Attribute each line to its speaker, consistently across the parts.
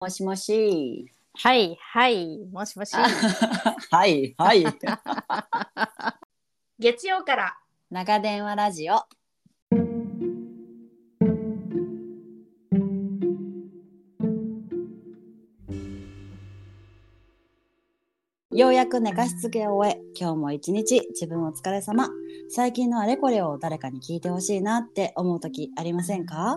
Speaker 1: もしもし。
Speaker 2: はいはいもしもし
Speaker 1: はい、はい。
Speaker 2: 月曜から
Speaker 1: 長電話ラジオ。ようやく寝かしつけを終え、今日も一日自分お疲れ様。最近のあれこれを誰かに聞いてほしいなって思う時ありませんか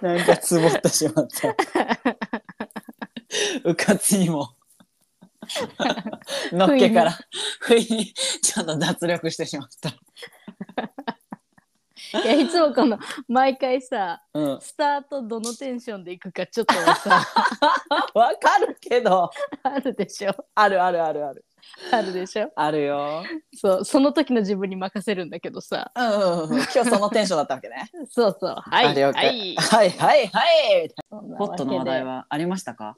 Speaker 1: なんかつぼってしま ったうかつに ものっけから不意にちょっと脱力してしまった、
Speaker 2: いやいつもこの毎回さ
Speaker 1: うん、わ
Speaker 2: スタートどのテンションでいくかちょっとさ
Speaker 1: かるけど
Speaker 2: あるでしょ
Speaker 1: あるあるあるある
Speaker 2: あるでしょ
Speaker 1: あるよ
Speaker 2: そうその時の自分に任せるんだけどさ
Speaker 1: うんうんうん 今日そのテンションだったわけね
Speaker 2: そうそうはい
Speaker 1: あ了解
Speaker 2: はい
Speaker 1: はいはいはい
Speaker 2: そんな
Speaker 1: ホ
Speaker 2: わ
Speaker 1: ッ
Speaker 2: け
Speaker 1: ト
Speaker 2: で
Speaker 1: の話題はありましたか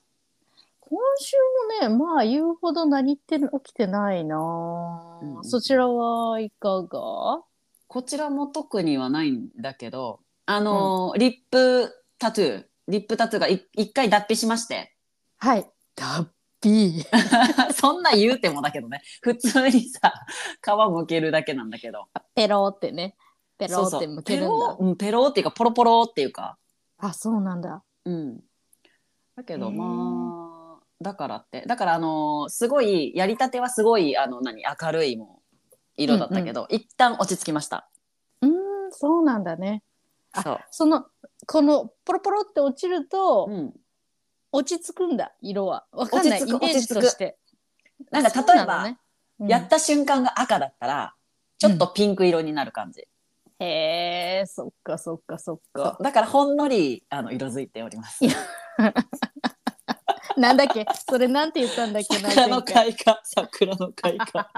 Speaker 2: 今週もねまあ言うほど何って起きてないなあ、
Speaker 1: うんうん
Speaker 2: そちらはいかが
Speaker 1: こちらも特にはないんだけど、あのーリップタトゥー、リップタトゥーがい一回脱皮しまして。
Speaker 2: はい脱皮
Speaker 1: そんな言うてもだけどね、普通にさ、皮むけるだけなんだけど。
Speaker 2: ペローってねペロー
Speaker 1: そ
Speaker 2: っ
Speaker 1: う
Speaker 2: て
Speaker 1: そう
Speaker 2: むけるんだ
Speaker 1: ペロうんペロっていうか、ポロポロっていうか。
Speaker 2: あそうなんだ
Speaker 1: うん。だけ
Speaker 2: へ
Speaker 1: ど、
Speaker 2: ー
Speaker 1: まあ、だからって、だからあのーすごい、やりたてはすごい、あの、何、明るいもう色だったけど、一旦落ち着きました。
Speaker 2: うーんそうなんだねあ
Speaker 1: そう。
Speaker 2: そのこのポロポロって落ちると、
Speaker 1: うん。
Speaker 2: 落ち着くんだ色はわかんないイ
Speaker 1: 落
Speaker 2: メ
Speaker 1: ち着く
Speaker 2: ージとして
Speaker 1: なんか
Speaker 2: そう
Speaker 1: 例え
Speaker 2: な
Speaker 1: ば、
Speaker 2: のねうん
Speaker 1: やった瞬間が赤だったら、ちょっとピンク色になる感じ。
Speaker 2: へえそっかそっかそっか
Speaker 1: そうだからほんのりあの色づいてお ります。
Speaker 2: なんだっけそれなんて言ったんだっけな
Speaker 1: 桜の
Speaker 2: 前回
Speaker 1: 開 花、桜の開花。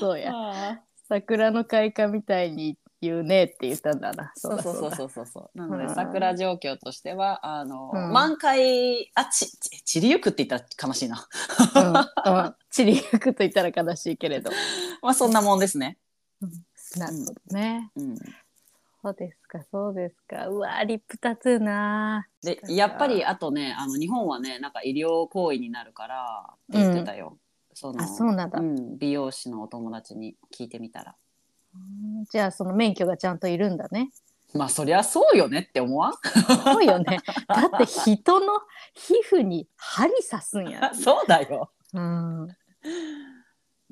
Speaker 2: そうや
Speaker 1: あ
Speaker 2: 桜の開花みたいに言うねって言ったんだな。
Speaker 1: ーそうそうそう
Speaker 2: だ
Speaker 1: そうそうそう。なの
Speaker 2: う
Speaker 1: で
Speaker 2: ん
Speaker 1: 桜状況としてはあの、
Speaker 2: うん
Speaker 1: 満開あちち散りゆくって言ったら悲しいな。
Speaker 2: うんうん散りゆくと言ったら悲しいけれど。
Speaker 1: まあそんなもんですね。
Speaker 2: なるほどね。
Speaker 1: うん。
Speaker 2: そうですか、そうですか。うわー、リップタトゥーな
Speaker 1: でやっぱりあとねあの日本はねなんか医療行為になるからって言ってたよ。そ
Speaker 2: ー。
Speaker 1: の
Speaker 2: あ、そうなんだ。
Speaker 1: うん美容師のお友達に聞いてみたら。
Speaker 2: うんじゃあ、その免許がちゃんといるんだね。
Speaker 1: まあそりゃそうよねって思わん
Speaker 2: そうよね。だって人の皮膚に針刺すんや。
Speaker 1: そうだ よ。
Speaker 2: うん。
Speaker 1: ね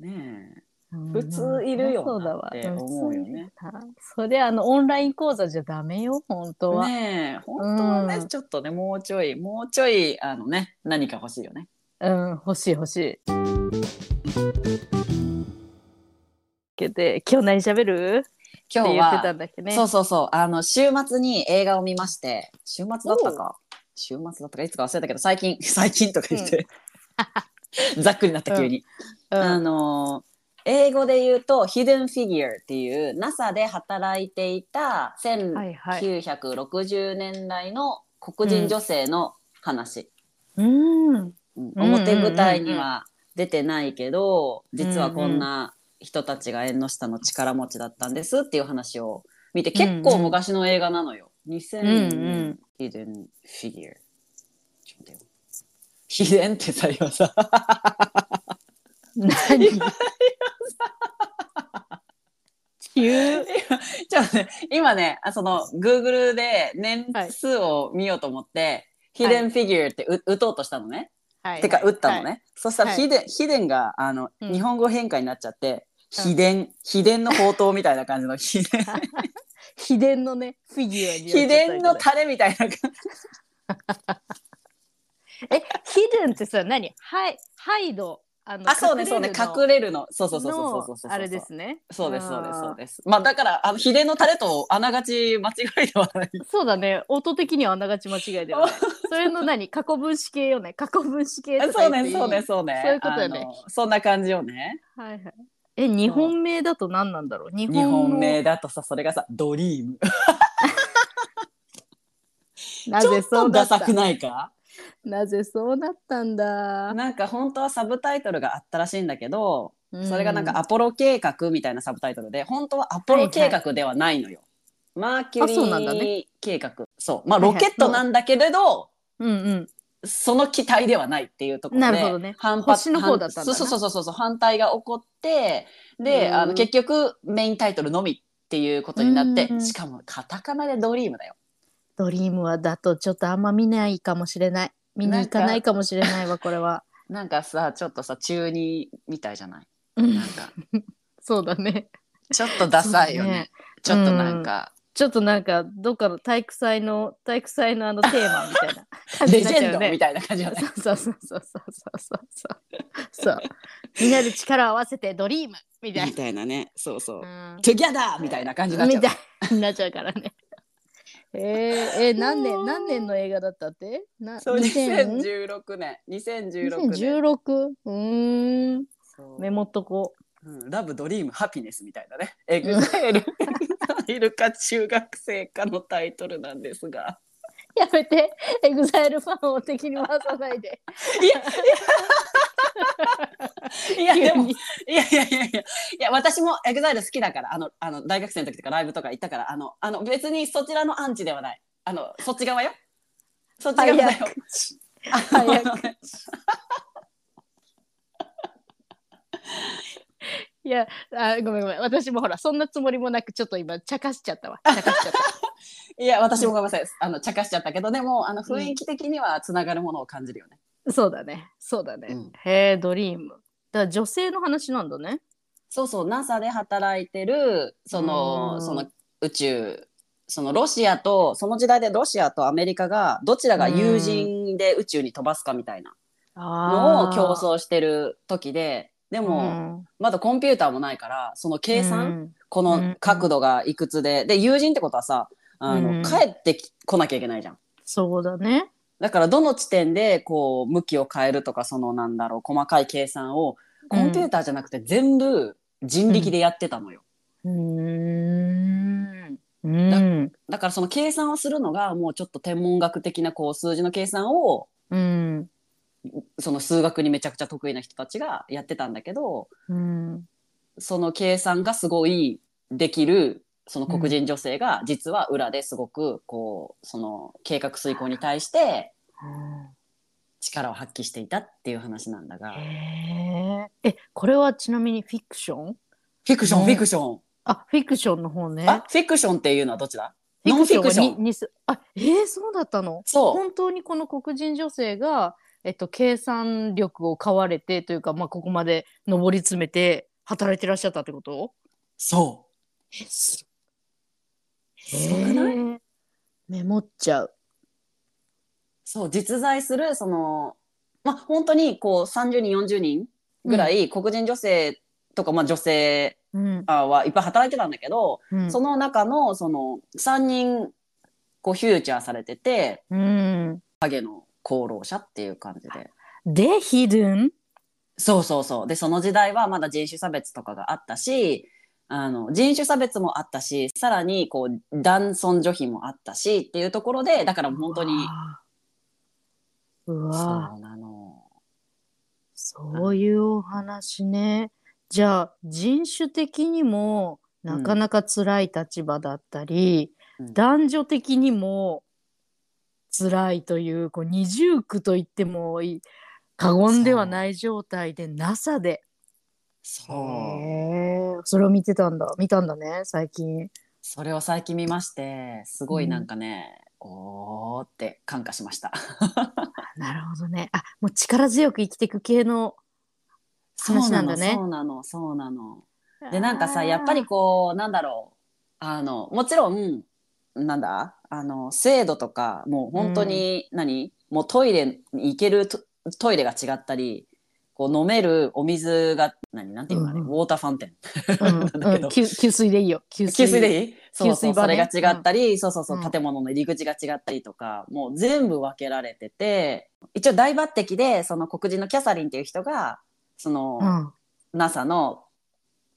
Speaker 1: え。
Speaker 2: うん
Speaker 1: 普通いるよ
Speaker 2: そうだ
Speaker 1: な
Speaker 2: わ
Speaker 1: っ。て思うよね
Speaker 2: 普通いるな。そりゃ、あの、オンライン講座じゃダメよ、本当は。
Speaker 1: ねえ、本当はね、
Speaker 2: うん
Speaker 1: ちょっとね、もうちょい、もうちょい、あのね、何か欲しいよね。
Speaker 2: うん、欲しい欲しい。けで今日何喋るっ
Speaker 1: 今
Speaker 2: て
Speaker 1: 日
Speaker 2: 言ってた
Speaker 1: は、
Speaker 2: んだっけね。
Speaker 1: そうそうそう、あの週末に映画を見まして、週末だったか。週末だったか、いつか忘れたけど、最近、 最近とか言って。ざっくりなった急に、
Speaker 2: うん
Speaker 1: あのー英語で言うと「Hidden Figure」っていう NASA で働いてい
Speaker 2: は
Speaker 1: た
Speaker 2: いはい。
Speaker 1: 1960年代の黒人女性の話、
Speaker 2: うん。
Speaker 1: うん
Speaker 2: うんうんうんうん
Speaker 1: 表舞台には出てないけど、実はこんな人たちが縁の下の力持ちだったんですっていう話を見て
Speaker 2: うんうん
Speaker 1: 結構昔の映画なのよ。2000
Speaker 2: うんうん
Speaker 1: ヒデンフィギュア。ちょっと待ってよヒデンってさ今さ
Speaker 2: 何急。
Speaker 1: ちょっとね 今ねあその Google で年数を見ようと思って、ヒデンフィギュアってう打とうとしたのね。
Speaker 2: はい
Speaker 1: てか打ったのね、。そしたら
Speaker 2: はい
Speaker 1: 秘伝秘伝があの、
Speaker 2: うん
Speaker 1: 日本語変化になっちゃって
Speaker 2: うん
Speaker 1: 秘伝秘伝の宝刀みたいな感 じの秘伝
Speaker 2: 秘伝のね、フィギュアになっちゃ
Speaker 1: 秘
Speaker 2: った
Speaker 1: 伝のタレみたいな感じ
Speaker 2: え、秘伝ってさ、何はい、ハイド。あの
Speaker 1: あそうねそうね
Speaker 2: れる
Speaker 1: 隠れるのそうそうそうそうそう
Speaker 2: の
Speaker 1: そうそう
Speaker 2: のあれですね。
Speaker 1: そうですそうです
Speaker 2: あー
Speaker 1: そうですまあだからあの秘伝のタレとあながち間違いではない
Speaker 2: そうだね。音的にはあながち間違いではない。それの何過去分詞形よね過去分詞形と
Speaker 1: そ
Speaker 2: か
Speaker 1: う
Speaker 2: 言って
Speaker 1: ね
Speaker 2: いい
Speaker 1: そうねそうね
Speaker 2: そういうことよね
Speaker 1: あのそんな感じよね
Speaker 2: はいはいえ日本名だと何なんだろう日
Speaker 1: 日
Speaker 2: 本の
Speaker 1: 本名だとさそれがさドリーム
Speaker 2: な
Speaker 1: ちょ
Speaker 2: ぜ
Speaker 1: っ
Speaker 2: そ
Speaker 1: と
Speaker 2: うだ
Speaker 1: ダ
Speaker 2: った
Speaker 1: サくないか
Speaker 2: なぜそうなったんだ
Speaker 1: なんか本当はサブタイトルがあったらしいんだけど
Speaker 2: うん
Speaker 1: それがなんかアポロ計画みたいなサブタイトルで本当はアポロ計画ではないのよ。マーキュリ
Speaker 2: あそうなんだね
Speaker 1: ー計画そう,、まあ
Speaker 2: はいは
Speaker 1: ロ
Speaker 2: い
Speaker 1: ケットなんだけれ
Speaker 2: う
Speaker 1: ど、
Speaker 2: ん
Speaker 1: その機体ではないっていうところで
Speaker 2: なるほどね
Speaker 1: 反
Speaker 2: 星の方だったんだな
Speaker 1: そうそうそうそうそう反対が起こってで
Speaker 2: うん
Speaker 1: あの結局メインタイトルのみっていうことになって、
Speaker 2: うん
Speaker 1: しかもカタカナで「ドリーム」だよ。
Speaker 2: ドリームはだとちょっとあんま見ないかもしれない見に行かないかもしれないわこれは
Speaker 1: なんかさちょっとさ中二みたいじゃない
Speaker 2: うん
Speaker 1: なんか
Speaker 2: そうだね
Speaker 1: ちょっとダサいよ ねちょっとなんか、
Speaker 2: ちょっとなんかどっかの体育祭の体育祭のあのテーマみたいな感じ
Speaker 1: レ
Speaker 2: にな
Speaker 1: ジ
Speaker 2: っちゃ
Speaker 1: ェ
Speaker 2: う
Speaker 1: ン
Speaker 2: よ
Speaker 1: ドみ
Speaker 2: ね
Speaker 1: たいな感じよね。
Speaker 2: そうそうそうそうそうそうそうそうみんなで力を合わせてドリームみたい
Speaker 1: みたいなねそうそう、
Speaker 2: な、うん
Speaker 1: トゥギャダーみたいな感じになっちゃ
Speaker 2: み
Speaker 1: う
Speaker 2: たいになっちゃうからね。えー、えー何年何年の映画だったって？な
Speaker 1: そう
Speaker 2: 2000
Speaker 1: 2016年2016年
Speaker 2: 2016? うーん。
Speaker 1: そう
Speaker 2: メモっとこ
Speaker 1: うんラブドリームハピネスみたいなねエグザイルいるか中学生かのタイトルなんですが
Speaker 2: う。やめて、エグザイルファンを敵に回さないで。
Speaker 1: いやで
Speaker 2: 急
Speaker 1: も
Speaker 2: に
Speaker 1: いやいやいやいやいや私もエグザイル好きだからあのあの大学生の時とかライブとか行ったからあのあの別にそちらのアンチではないあのそっち側よそっち側だよ
Speaker 2: 早口
Speaker 1: あの
Speaker 2: 早いやあ、ごめんごめん。私もほらそんなつもりもなくちょっと今茶化しちゃ ったわ。茶化しちゃった。
Speaker 1: いや私もごめんなさいあの茶化しちゃったけどでもあの雰囲気的にはつながるものを感じるよね、
Speaker 2: そうだね。そうだね。
Speaker 1: うん
Speaker 2: へえ、ドリーム。だから女性の話なんだね。
Speaker 1: そうそう NASA で働いてるそ
Speaker 2: うん
Speaker 1: のその宇宙そのロシアとその時代でロシアとアメリカがどちらが友人で宇宙に飛ばすかみたいなのを競争してる時でで
Speaker 2: で
Speaker 1: もまだコンピューターもないからその計算、
Speaker 2: うん
Speaker 1: この角度がいくつでで友人ってことはさあの、
Speaker 2: うん
Speaker 1: 帰ってき来なきゃいけないじゃん。
Speaker 2: そうだね。
Speaker 1: だからどの地点でこう向きを変えるとかそのなんだろう細かい計算をコンピューターじゃなくて全部人力でやってたのよ。
Speaker 2: うーん。うん。
Speaker 1: だからその計算をするのがもうちょっと天文学的なこう数字の計算を
Speaker 2: うん。
Speaker 1: その数学にめちゃくちゃ得意な人たちがやってたんだけど
Speaker 2: うん。
Speaker 1: その計算がすごいできるその黒人女性が実は裏ですごくこうその計画遂行に対して力を発揮していたっていう話なんだがフ
Speaker 2: へえ。え、これはちなみにフィクション
Speaker 1: ィクション
Speaker 2: ね
Speaker 1: フィクション
Speaker 2: あ、フィクションの方ね。
Speaker 1: あフィクションっていうのはどっちだ
Speaker 2: フィクション
Speaker 1: ノンフィクション
Speaker 2: はににすあ、えー、そうだったの
Speaker 1: そう
Speaker 2: 本当にこの黒人女性が、えっと、計算力を買われてというか、まあ、ここまで上り詰めて働いてらっしゃったってこと
Speaker 1: そ
Speaker 2: え、す
Speaker 1: うすごくない
Speaker 2: へえメモっちゃう。
Speaker 1: そう実在するそのまあ本当にこう30人40人ぐらい黒人女性とか、まあ、女性
Speaker 2: うん。
Speaker 1: あはいっぱい働いてたんだけど、
Speaker 2: うん
Speaker 1: その中のその3人こうフューチャーされてて
Speaker 2: うん。
Speaker 1: 影の功労者っていう感じで。
Speaker 2: で、ヒドゥン
Speaker 1: そうそうそうでその時代はまだ人種差別とかがあったしあの人種差別もあったしさらにこう男尊女卑もあったしっていうところでだからもう本当に
Speaker 2: う
Speaker 1: そ
Speaker 2: わ
Speaker 1: うなの
Speaker 2: そういうお話ねじゃあ人種的にもなかなか辛い立場だったり、
Speaker 1: うん
Speaker 2: 男女的にも辛いというこう二重苦と言ってもいい過言ではない状態で NASA でへ
Speaker 1: そう
Speaker 2: えそれを見てたんだ見たんだね最近
Speaker 1: それを最近見ましてすごいなんかね、おーって感化し ました。
Speaker 2: なるほどねあもう力強く生きていく系 の話なんだね
Speaker 1: そうなのそうなのそうなの。でなんかさやっぱりこうなんだろうあのもちろんなんだあの制度とかもう本当に何、もうトイレに行けるトトイレが違ったりこう飲めるお水が何なんていうのかね、
Speaker 2: うん
Speaker 1: ウォーターファンテン。
Speaker 2: うん
Speaker 1: な
Speaker 2: う
Speaker 1: んだけど
Speaker 2: ん、給給水でいいよ給水
Speaker 1: 給水でいいそうそうそれが
Speaker 2: ね
Speaker 1: 違ったり、そうそうそううん建物の入り口が違ったりとか、もう全部分けられてて一応大抜擢でその黒人のキャサリンっていう人がその、
Speaker 2: うん
Speaker 1: NASA の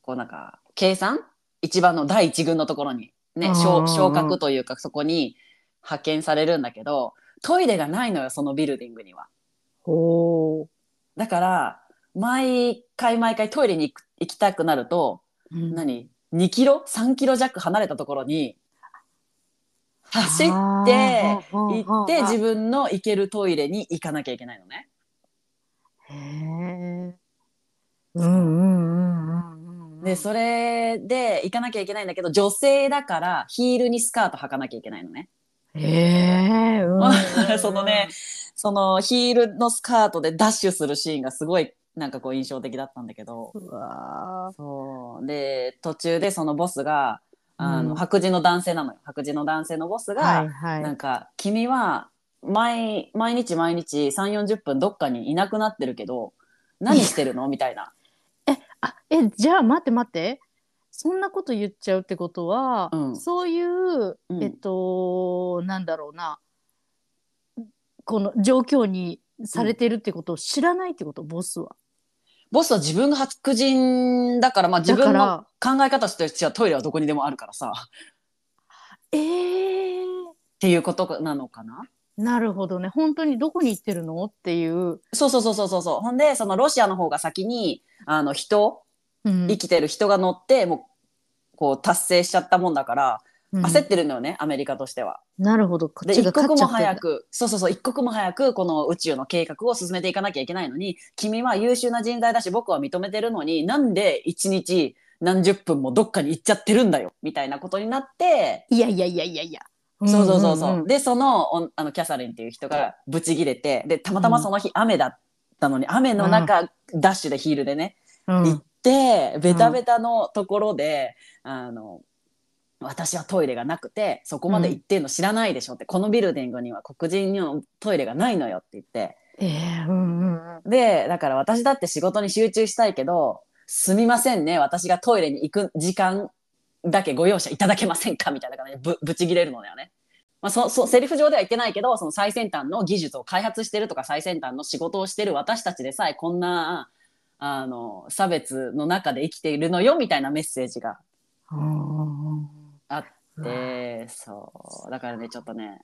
Speaker 1: こうなんか計算一番の第一軍のところに
Speaker 2: うん
Speaker 1: ね
Speaker 2: うんう
Speaker 1: 昇
Speaker 2: ん
Speaker 1: 昇格というかそこに派遣されるんだけどトイレがないのよそのビルディングには。
Speaker 2: ほ
Speaker 1: だから毎回毎回トイレに行く行きたくなると
Speaker 2: う、うん
Speaker 1: 何2キロ3キロ弱離れたところに走って
Speaker 2: あーほうほう
Speaker 1: 行
Speaker 2: ほう
Speaker 1: って自分の行けるトイレに行かなきゃいけないのね。
Speaker 2: へえうんうんうんうんうん
Speaker 1: でそれで行かなきゃいけないんだけど女性だからヒールにスカート履かなきゃいけないのね。
Speaker 2: へえうん うんうん
Speaker 1: そのねそのヒールのスカートでダッシュするシーンがすごいなんかこう印象的だったんだけど
Speaker 2: うわ
Speaker 1: そうで途中でそのボスがあの、
Speaker 2: うん
Speaker 1: 白人の男性なのよ白人の男性のボス
Speaker 2: ー
Speaker 1: が、
Speaker 2: はいはい
Speaker 1: なんか君は毎毎日毎日3 4 0分どっかにいなくなってるけど何し てるのみたいな、
Speaker 2: あえじゃあ待って待ってそんなこと言っちゃうってことは、
Speaker 1: うん
Speaker 2: そういう、
Speaker 1: うん
Speaker 2: えっとなんだろうなこの状況にされてるってことを知らないってこと、ボスは。
Speaker 1: ボスは自分が白人だから、まあ、自
Speaker 2: だか
Speaker 1: 分の
Speaker 2: ら
Speaker 1: 考え方としてはトイレはどこにでもあるからさっ
Speaker 2: えー、
Speaker 1: ていうことなのかな
Speaker 2: なるほどね本当にどこに行ってるのっていう、
Speaker 1: そうそうそうそうそうそう。ほんで、そのロシアの方が先に、あの人、
Speaker 2: うん
Speaker 1: 生きてる人が乗って、もう、こう達成しちゃったもんだから、
Speaker 2: うん
Speaker 1: 焦ってるのよね、アメリカとしては。
Speaker 2: なるほどこっ
Speaker 1: で、
Speaker 2: ちが
Speaker 1: 一
Speaker 2: 勝
Speaker 1: 刻
Speaker 2: っちゃ
Speaker 1: も
Speaker 2: ってる
Speaker 1: 早く、そうそうそう、一刻も早くこの宇宙の計画を進めていかなきゃいけないのに、君は優秀な人材だし、僕は認めてるのに、なんで一日何十分もどっかに行っちゃってるんだよ、みたいなことになって、
Speaker 2: いやいやいやいやいや
Speaker 1: そうそうそうそう。
Speaker 2: んんん
Speaker 1: で、その、おんあの、キャサリンっていう人がブチギレて、で、たまたまその日雨だったのに、雨の中、ダッシュでヒールでね、
Speaker 2: うん
Speaker 1: 行って、ベタベタのところで、あの、私はトイレがなくて、そこまで行ってんの知らないでしょって、このビルディングには黒人のトイレがないのよって言って。
Speaker 2: えーうんうんうん
Speaker 1: で、だから私だって仕事に集中したいけど、すみませんね、私がトイレに行く時間だけご容赦いただけませんかみたいな感じでぶぶち切れるのだよね。まあ、そそセリフ上では言ってないけどその最先端の技術を開発してるとか最先端の仕事をしてる私たちでさえこんなあの差別の中で生きているのよみたいなメッセージが
Speaker 2: うんうんうん
Speaker 1: あってそうだからねちょっとね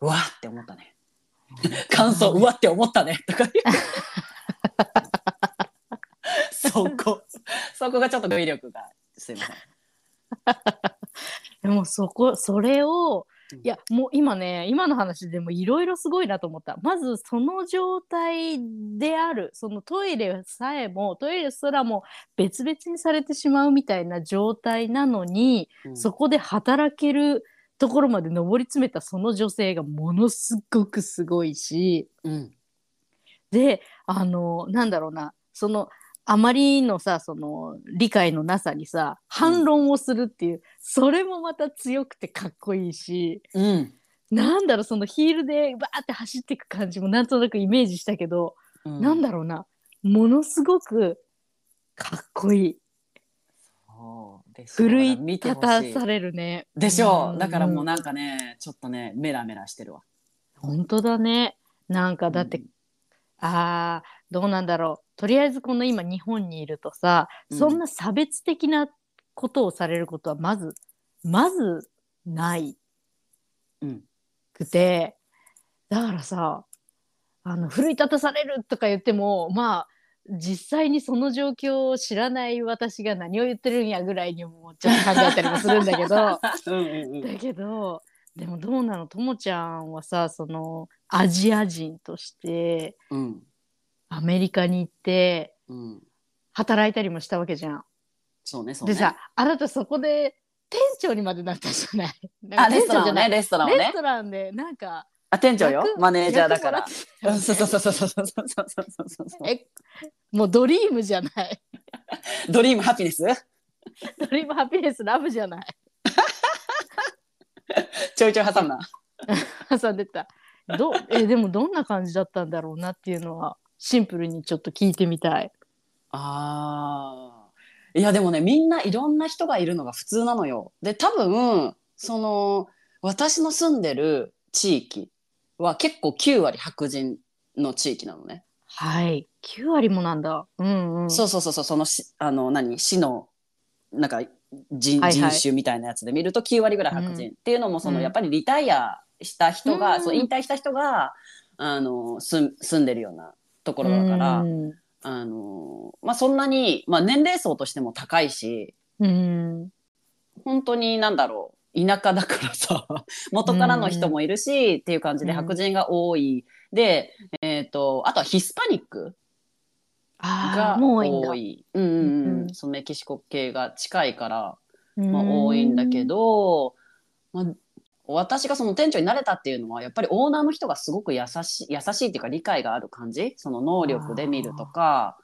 Speaker 1: うわって思ったね 感想うわって思ったねと か言うそこそこがちょっと語彙力がすいません
Speaker 2: でもそこそれを
Speaker 1: うん
Speaker 2: いやもう今ね今の話でもいろいろすごいなと思ったまずその状態であるそのトイレさえもトイレすらも別々にされてしまうみたいな状態なのに、
Speaker 1: うん
Speaker 2: そこで働けるところまで上り詰めたその女性がものすごくすごいし
Speaker 1: うん
Speaker 2: であのなんだろうなそのあまりのさその理解のなさにさ反論をするっていう、それもまた強くてかっこいいし
Speaker 1: うん
Speaker 2: なんだろうそのヒールでバーって走っていく感じもなんとなくイメージしたけど、
Speaker 1: うん
Speaker 2: なんだろうなものすごくかっこいい
Speaker 1: そうでしょう
Speaker 2: 奮い
Speaker 1: 見て
Speaker 2: 立
Speaker 1: ほ
Speaker 2: た
Speaker 1: しい
Speaker 2: されるね
Speaker 1: でしょうだからもう
Speaker 2: う
Speaker 1: なんかねちょっとねメラメラしてるわ
Speaker 2: 本当だねなんかだって、あーどうなんだろうとりあえずこの今日本にいるとさ、
Speaker 1: うん
Speaker 2: そんな差別的なことをされることはまずまずない
Speaker 1: うん
Speaker 2: くてだからさあの奮い立たされるとか言ってもまあ実際にその状況を知らない私が何を言ってるんやぐらいにもうちょっと考えたりもするんだけど。
Speaker 1: うんうんうん
Speaker 2: だけどでもどうなのともちゃんはさそのアジア人として
Speaker 1: うん
Speaker 2: アメリカに行って
Speaker 1: うん
Speaker 2: 働いたりもしたわけじゃん。
Speaker 1: そうねそうね
Speaker 2: でさあなたそこで店長にまでなったじゃない。な
Speaker 1: あ
Speaker 2: んか
Speaker 1: レストラ
Speaker 2: 店長
Speaker 1: ン
Speaker 2: じ
Speaker 1: を
Speaker 2: ゃな
Speaker 1: ね
Speaker 2: い
Speaker 1: レストランを
Speaker 2: レ
Speaker 1: ね
Speaker 2: ストランでなんか
Speaker 1: あ店長よ
Speaker 2: 役
Speaker 1: マネージャーだか
Speaker 2: 役
Speaker 1: ら
Speaker 2: もって
Speaker 1: うんそうそうそうそうそうそうそうそうそうそう
Speaker 2: たよねえもうドリームじゃない。
Speaker 1: ドリームハピネス
Speaker 2: ドリームハピネスラブじゃない。
Speaker 1: ちょいちょい挟むな。
Speaker 2: 挟んでた。どうえでもどんな感じだったんだろうなっていうのはシンプルにちょっと聞いてみたい。
Speaker 1: ああ。いやでもねみんないろんな人がいるのが普通なのよ。で多分その私の住んでる地域は結構9割白人の地域なのね。
Speaker 2: はい。9割もなんだ。うんうん。
Speaker 1: そうそうそうそうそのしあの何市のなんか人,、
Speaker 2: はいはい
Speaker 1: 人種みたいなやつで見ると9割ぐらい白人、っていうのもその、
Speaker 2: うん
Speaker 1: やっぱりリタイアした人が、
Speaker 2: うん
Speaker 1: そう引退した人があの住住んでるようなところだから、
Speaker 2: うん。
Speaker 1: あのまあ、そんなに、まあ、年齢層としても高いし
Speaker 2: うん。
Speaker 1: 本当になんだろう田舎だからさ 元からの人もいるし、っていう感じで
Speaker 2: うん
Speaker 1: 白人が多い、で、えー、とあとはヒスパニック
Speaker 2: あ
Speaker 1: が
Speaker 2: あ、もう多いんだ
Speaker 1: 多。いうんうんうん
Speaker 2: うん
Speaker 1: そのメキシコ系が近いから、
Speaker 2: うん
Speaker 1: まあ、多いんだけ。ど、まあ、私がその店長になれたっていうのはやっぱりオーナーの人がすごく優しい優しいっていうか理解がある感じその能力で見るとか。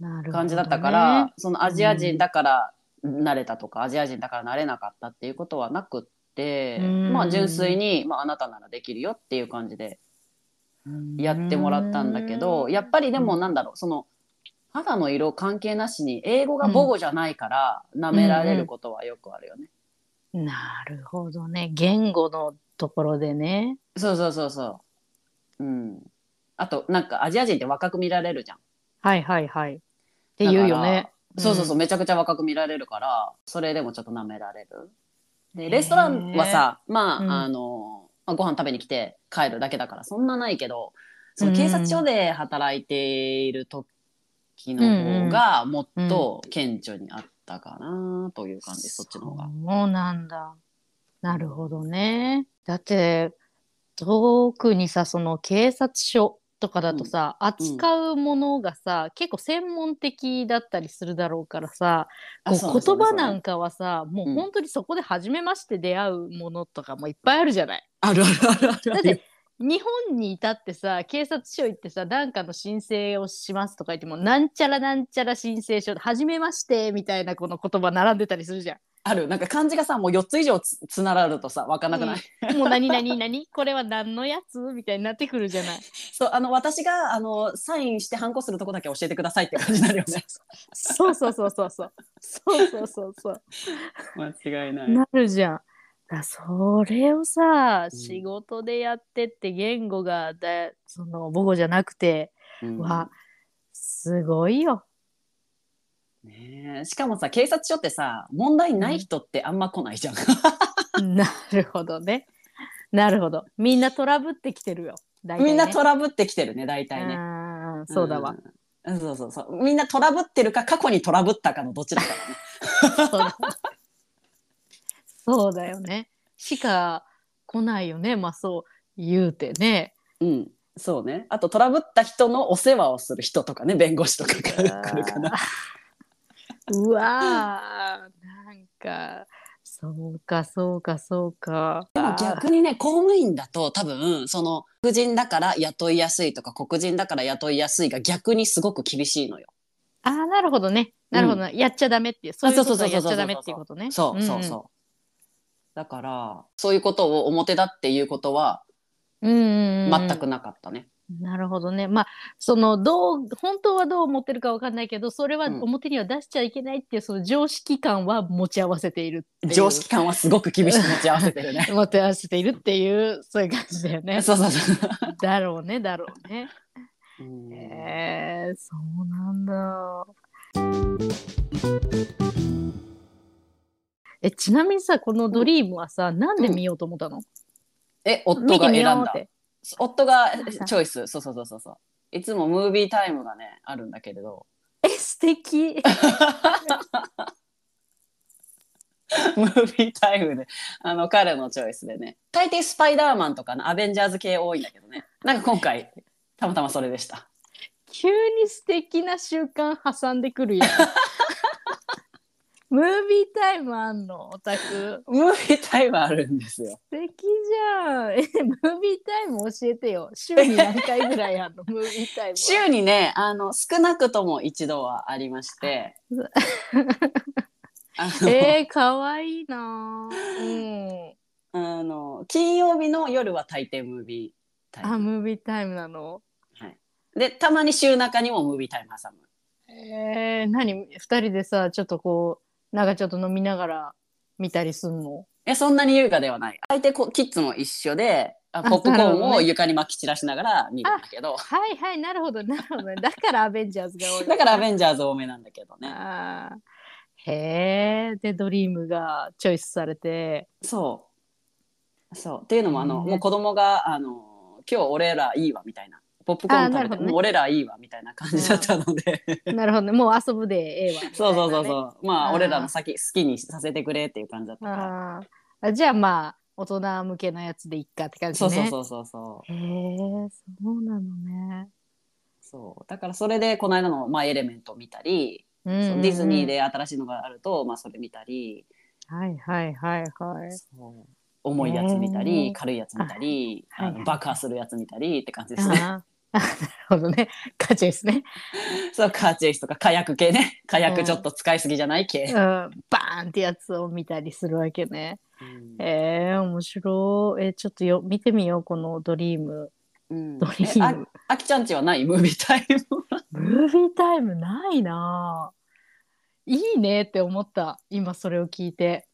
Speaker 2: なるほどね
Speaker 1: 感じだったから、。そのアジア人だから慣れたとか、アジア人だから慣れなかったっていうことはなくって、
Speaker 2: うん
Speaker 1: まあ純粋に、まあ、あなたならできるよっていう感じでやってもらったんだけど、やっぱりでもなんだろうその肌の色関係なしに英語が母語じゃないから舐められることはよくあるよね。
Speaker 2: なるほどね。言語のところでね。
Speaker 1: そうそうそうそう。うん。あとなんかアジア人って若く見られるじゃん。
Speaker 2: はいはいはい。って言うよね。
Speaker 1: そうそうそう、
Speaker 2: う
Speaker 1: めちゃくちゃ若く見られるからそれでもちょっと舐められる。
Speaker 2: へ
Speaker 1: で
Speaker 2: ー
Speaker 1: レストランはさまあ、
Speaker 2: うん
Speaker 1: あのまあご飯食べに来て帰るだけだからそんなないけどそうの
Speaker 2: ん
Speaker 1: 警察署で働いている時の方がもっと顕著にあったかなという感じ、そっちの方が。
Speaker 2: そうなんだ。なるほどね。だって、特にさ、その警察署とかだとさ、扱うものがさ、結構専門的だったりするだろうからさ、こ
Speaker 1: あそう
Speaker 2: う
Speaker 1: そう
Speaker 2: 言葉
Speaker 1: そう
Speaker 2: なんかはさ、もう本当にそこで初めまして出会うものとかもいっぱいあるじゃない。
Speaker 1: あるあるあるある
Speaker 2: だって日本にいたってさ警察署行ってさ何かの申請をしますとか言ってもなんちゃらなんちゃら申請書はじめましてみたいなこの言葉並んでたりするじゃ
Speaker 1: あるなんか漢字がさもう4つ以上つつながるとさわかんなくない、
Speaker 2: うん。もう何何何 これは何のやつみたいになってくるじゃない。
Speaker 1: そうあの私があのサインしてハンコするとこだけ教えてくださいって感じになるよね
Speaker 2: そうそうそうそうそう。そうそうそうそう。
Speaker 1: 間違いない
Speaker 2: なるじゃん。だそれをさ
Speaker 1: うん
Speaker 2: 仕事でやってって言語がだその母語じゃなくて
Speaker 1: うん
Speaker 2: はすごいよ。
Speaker 1: ねえしかもさ警察署ってさ問題ない人ってあんま来ないじゃん。
Speaker 2: なるほどね。なるほど。みんなトラブってきてるよ。大体ね、
Speaker 1: みんなトラブってきてるね大体ね。
Speaker 2: あーそうだわ。
Speaker 1: うん。そうそうそうみんなトラブってるか過去にトラブったかのどちらかだね。
Speaker 2: そうだそうだよね。しか来ないよね。まあそう言うてね。
Speaker 1: うんそうねあとトラブった人のお世話をする人とかね弁護士とかが来るかな。
Speaker 2: うわーなんかそうかそうかそうか。
Speaker 1: でも逆にね公務員だと多分その黒人だから雇いやすいとか黒人だから雇いやすいが逆にすごく厳しいのよ。
Speaker 2: あーなるほどね。なるほど、やっちゃダメっていう。そういうことはやっちゃダメっていうことね。
Speaker 1: そうそうそう。だからそういうことを表だっていうことは
Speaker 2: うんうん。うんうんうん
Speaker 1: 全くなかったね。
Speaker 2: なるほどね。まあ、その、どう、本当はどう思ってるかわかんないけど、それは
Speaker 1: うん
Speaker 2: 表には出しちゃいけないっていう、その常識感は持ち合わせているっていう
Speaker 1: 常識感はすごく厳しく持ち合わせてるね。
Speaker 2: 持ち合わせているっていう、 そういう感じだよ ね。
Speaker 1: そうそうそう。
Speaker 2: だろうね、だろうね。
Speaker 1: うん
Speaker 2: へえそうなんだ。え、ちなみにさ、このドリームはさ、なんで見ようと思ったの、
Speaker 1: え、夫
Speaker 2: 見て
Speaker 1: が
Speaker 2: み
Speaker 1: 選ん
Speaker 2: ようっ
Speaker 1: だ。
Speaker 2: て。
Speaker 1: 夫がチョイス。そうそうそうそうそう。いつもムービータイムがね、あるんだけれど。
Speaker 2: え、素敵。
Speaker 1: ムービータイムで、あの、彼のチョイスでね。大抵スパイダーマンとかのアベンジャーズ系多いんだけどね。なんか今回、たまたまそれでした。
Speaker 2: 急に素敵な習慣挟んでくるやん。 ムービータイムあんのオタク。
Speaker 1: ムービータイムあるんですよ。
Speaker 2: 素敵じゃん。え、ムービータイム教えてよ。週に何回ぐらいあ んのムービータイムは。
Speaker 1: 週にね、あの、少なくとも一度はありまして。あの
Speaker 2: えー、かわいいなぁ。うん。
Speaker 1: あの金曜日の夜は大抵ムービータイ
Speaker 2: あ、
Speaker 1: ム
Speaker 2: ムービータイムなの
Speaker 1: でたまに週中にもムービータイム挟む
Speaker 2: えー、何二人でさちょっとこうなんかちょっと飲みながら見たりすんの
Speaker 1: えそんなに優雅ではない相手こキッズも一緒であ
Speaker 2: あ
Speaker 1: ポップコー
Speaker 2: なるほ
Speaker 1: ン
Speaker 2: ど
Speaker 1: を
Speaker 2: ね
Speaker 1: 床にまき散らしながら見るんだけど
Speaker 2: はいはいなるほどなるほ どだからアベンジャーズが多い
Speaker 1: だからアベンジャーズ多めなんだけどね
Speaker 2: あーへえでドリームがチョイスされて
Speaker 1: そうそうっていうのもあの、
Speaker 2: ね
Speaker 1: もう子供があの今日俺らいいわみたいなポップコーン
Speaker 2: あな
Speaker 1: 食
Speaker 2: る
Speaker 1: べ
Speaker 2: ほ
Speaker 1: て、
Speaker 2: どね
Speaker 1: もう俺らいいわみたいな感じだったので、
Speaker 2: なるほどねもう遊ぶでええわ、
Speaker 1: そうそうそ
Speaker 2: みた
Speaker 1: う
Speaker 2: いなね
Speaker 1: そうま
Speaker 2: あ
Speaker 1: あ
Speaker 2: ー
Speaker 1: 俺らの先好きにさせてくれっていう感じだったから
Speaker 2: あーあじゃあまあ大人向けのやつでいっかって感じ
Speaker 1: そう
Speaker 2: ね
Speaker 1: そう
Speaker 2: う
Speaker 1: そうそうそう
Speaker 2: へえそうなのね、
Speaker 1: そうだからそれでこの間の、まあ、エレメント見たり、
Speaker 2: うん
Speaker 1: そ
Speaker 2: う
Speaker 1: う
Speaker 2: んうん
Speaker 1: ディズニーで新しいのがあると、まあ、それ見たり、
Speaker 2: はいはいはいはい
Speaker 1: そう重いやつ見た
Speaker 2: へ
Speaker 1: り、
Speaker 2: ー
Speaker 1: 軽いやつ見たり、
Speaker 2: はい
Speaker 1: あ
Speaker 2: は
Speaker 1: の
Speaker 2: い
Speaker 1: 爆破するやつ見たりって感じですね。
Speaker 2: あーなるほどねカチョイスね、
Speaker 1: そうカーチェイスとか火薬系ね火薬ちょっと使いすぎじゃない
Speaker 2: うん、
Speaker 1: 系。
Speaker 2: バーンってやつを見たりするわけねえー、面白いえちょっとよ見てみようこのドリーム
Speaker 1: うん
Speaker 2: ドリ
Speaker 1: え
Speaker 2: ーム
Speaker 1: ああきちゃんちはないムービータイム
Speaker 2: ムービータイムないなぁいいねって思った今それを聞いて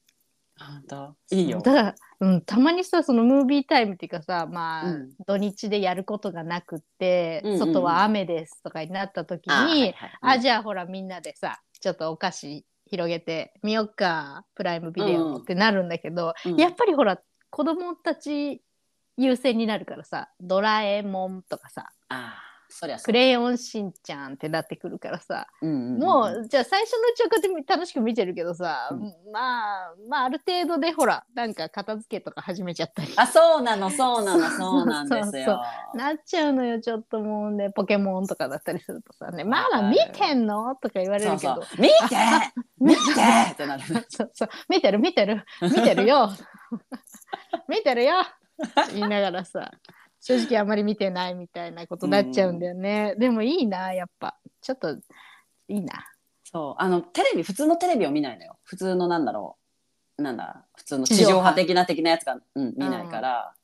Speaker 1: 本当いいよ。
Speaker 2: ただ、うん、たまにさそのムービータイムっていうかさまあ、
Speaker 1: うん
Speaker 2: 土日でやることがなくって、
Speaker 1: うんうんうん
Speaker 2: 外は雨ですとかになった時にあ,、
Speaker 1: はいはいうん
Speaker 2: じゃあほらみんなでさちょっとお菓子広げてみよっかプライムビデ
Speaker 1: うん
Speaker 2: オってなるんだけど、
Speaker 1: うん
Speaker 2: やっぱりほら子供たち優先になるからさ「ドラえもん」とかさ
Speaker 1: あーそりゃ
Speaker 2: 「クレヨンしんちゃん」ってなってくるからさ
Speaker 1: うんうんうん
Speaker 2: もうじゃあ最初のうちはこうやって楽しく見てるけどさ、
Speaker 1: うん
Speaker 2: まあまあある程度でほらなんか片付けとか始めちゃったり
Speaker 1: あそうなのそうなの
Speaker 2: そ
Speaker 1: そううなんです
Speaker 2: そ
Speaker 1: よ
Speaker 2: う。なっちゃうのよちょっともうねポケモンとかだったりするとさね「まあまあ
Speaker 1: わ
Speaker 2: 見
Speaker 1: かる
Speaker 2: てんの?」とか言われ
Speaker 1: そ
Speaker 2: る
Speaker 1: う
Speaker 2: け
Speaker 1: そ
Speaker 2: ど
Speaker 1: う 見て見てってなる。
Speaker 2: そうそう見てる見てる見てる よ見てるよ言いながらさ正直あんまり見てないみたいなことになっちゃうんだよね、でもいいなやっぱちょっといいな
Speaker 1: そうあのテレビ普通のテレビを見ないのよ普通のなんだろうなんだ普通の
Speaker 2: 地
Speaker 1: 地
Speaker 2: 上波
Speaker 1: 上波的な的なやつが、うん、見ないから、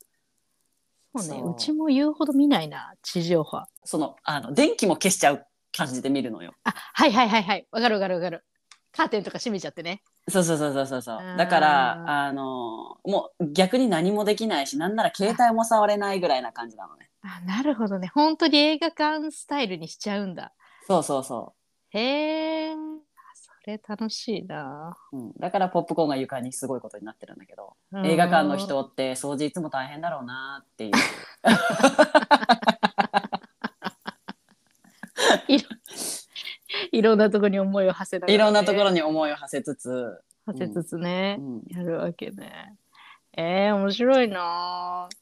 Speaker 2: そうね
Speaker 1: そう
Speaker 2: うちも言うほど見ないな地上波
Speaker 1: そのあの電気も消しちゃう感じで見るのよ。
Speaker 2: あはいはいはいはいわかるわかるわかるカーテンとか閉めちゃってね
Speaker 1: そうそうそうそうそうそう
Speaker 2: あー
Speaker 1: だからあのもう逆に何もできないしなんなら携帯も触れないぐらいな感じなのね。
Speaker 2: あなるほどね本当に映画館スタイルにしちゃうんだ
Speaker 1: そうそうそ
Speaker 2: へえそれ楽しいな
Speaker 1: う、うん、だからポップコーンが床にすごいことになってるんだけど映画館の人って掃除いつも大変だろうなっていう
Speaker 2: いろんなとこに思いを馳せながらね
Speaker 1: いろんなところに思いを馳せつつ、
Speaker 2: はせつつね
Speaker 1: う、ん、
Speaker 2: やるわけね。えー、面白いなぁ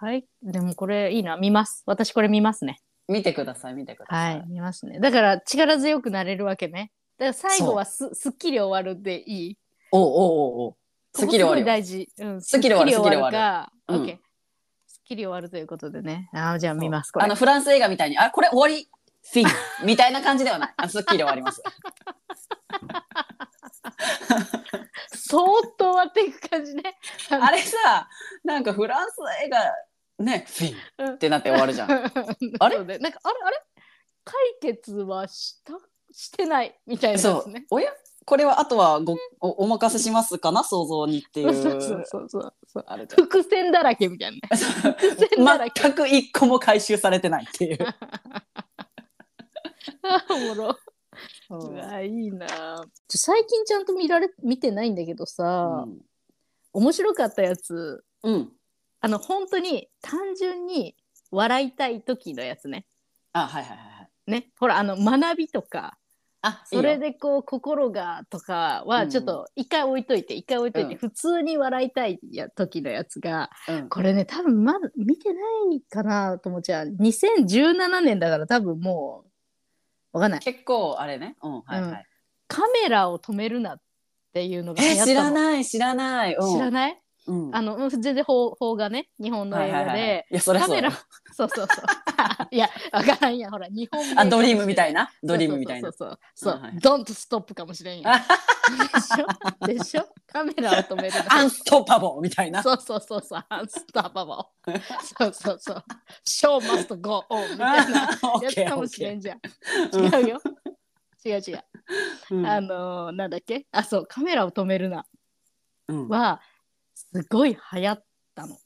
Speaker 2: 最でもこれいいな見ます私これ見ますね
Speaker 1: 見てください見てくださ
Speaker 2: はい見ますねだから力強くなれるわけねだから最後はすすっきり終わるでいい
Speaker 1: おうおうおうおうスッキリ終わ
Speaker 2: ここすご
Speaker 1: る
Speaker 2: い
Speaker 1: よ
Speaker 2: 大事、うん、
Speaker 1: すっきり終わる
Speaker 2: すっきり終わるか
Speaker 1: うん
Speaker 2: OK すっきり終わるということでねあーじゃあ見ますこれ
Speaker 1: あのフランス映画みたいにあこれ終わりフィンみたいな感じでは ないあすっきり終わります
Speaker 2: そーっと終わっていく感じね
Speaker 1: あれさなんかフランス映画ねフィンってなって終わる じゃん
Speaker 2: あ
Speaker 1: あ
Speaker 2: れ
Speaker 1: れ
Speaker 2: なんかあれあれ解決はしたしてないみたいなや
Speaker 1: そ
Speaker 2: つ
Speaker 1: う
Speaker 2: ね。
Speaker 1: おやこれはあとはごおお任せしますかな想像にってい
Speaker 2: そううそうそうそうそうそう。
Speaker 1: あれじゃん
Speaker 2: 伏線だらけみた いなね。伏線だらけ。
Speaker 1: 全く一個も回収されてないっていう
Speaker 2: おもろ。うわいいな。ちょ最近ちゃんと見られ見てないんだけどさ、面白かったやつ。
Speaker 1: うん、うん、
Speaker 2: あの本当に単純に笑いたい時のやつね。
Speaker 1: あはいはいはいはい
Speaker 2: ね、ほらあの学びとか
Speaker 1: あ
Speaker 2: それ
Speaker 1: で
Speaker 2: でこう心がとか
Speaker 1: う
Speaker 2: は
Speaker 1: ん
Speaker 2: ちょっと一回置いといて一回置いといて、
Speaker 1: うん
Speaker 2: 普通に笑いたいや時のやつが
Speaker 1: うん
Speaker 2: これね多分まだ見てないかなともちゃん2017年だから多分もうわかんない
Speaker 1: 結構あれねうんはいはい、
Speaker 2: うんカメラを止めるなっていうのが
Speaker 1: え
Speaker 2: 流行ったの
Speaker 1: 知らない知らない、うん
Speaker 2: 知らない
Speaker 1: うん
Speaker 2: あのうん全然法法がね日本の映
Speaker 1: はい
Speaker 2: 画
Speaker 1: はいはい
Speaker 2: で
Speaker 1: いやそれ
Speaker 2: カ
Speaker 1: そう
Speaker 2: メラそうそうそう いやわからんやほら日本
Speaker 1: あドリームみた
Speaker 2: ない
Speaker 1: なドリームみたいな
Speaker 2: そうそうそうそう
Speaker 1: うん
Speaker 2: そ
Speaker 1: は
Speaker 2: う
Speaker 1: い
Speaker 2: ドンとストップかもしれん やんでしょでしょカメラを止める
Speaker 1: アンストッパボーみたい な
Speaker 2: そうそうそうそうアンスターババーそうそうそうショーマストゴーオンみたいな
Speaker 1: オッ
Speaker 2: や
Speaker 1: ケ
Speaker 2: つ
Speaker 1: ー
Speaker 2: か
Speaker 1: オ
Speaker 2: も
Speaker 1: ッ
Speaker 2: しれ
Speaker 1: ケ
Speaker 2: んじゃん
Speaker 1: ー
Speaker 2: 違うよ違う違う。
Speaker 1: うん
Speaker 2: あのーなんだっけあ、そう、カメラを止めるな
Speaker 1: うん
Speaker 2: は、すごい流行ったの。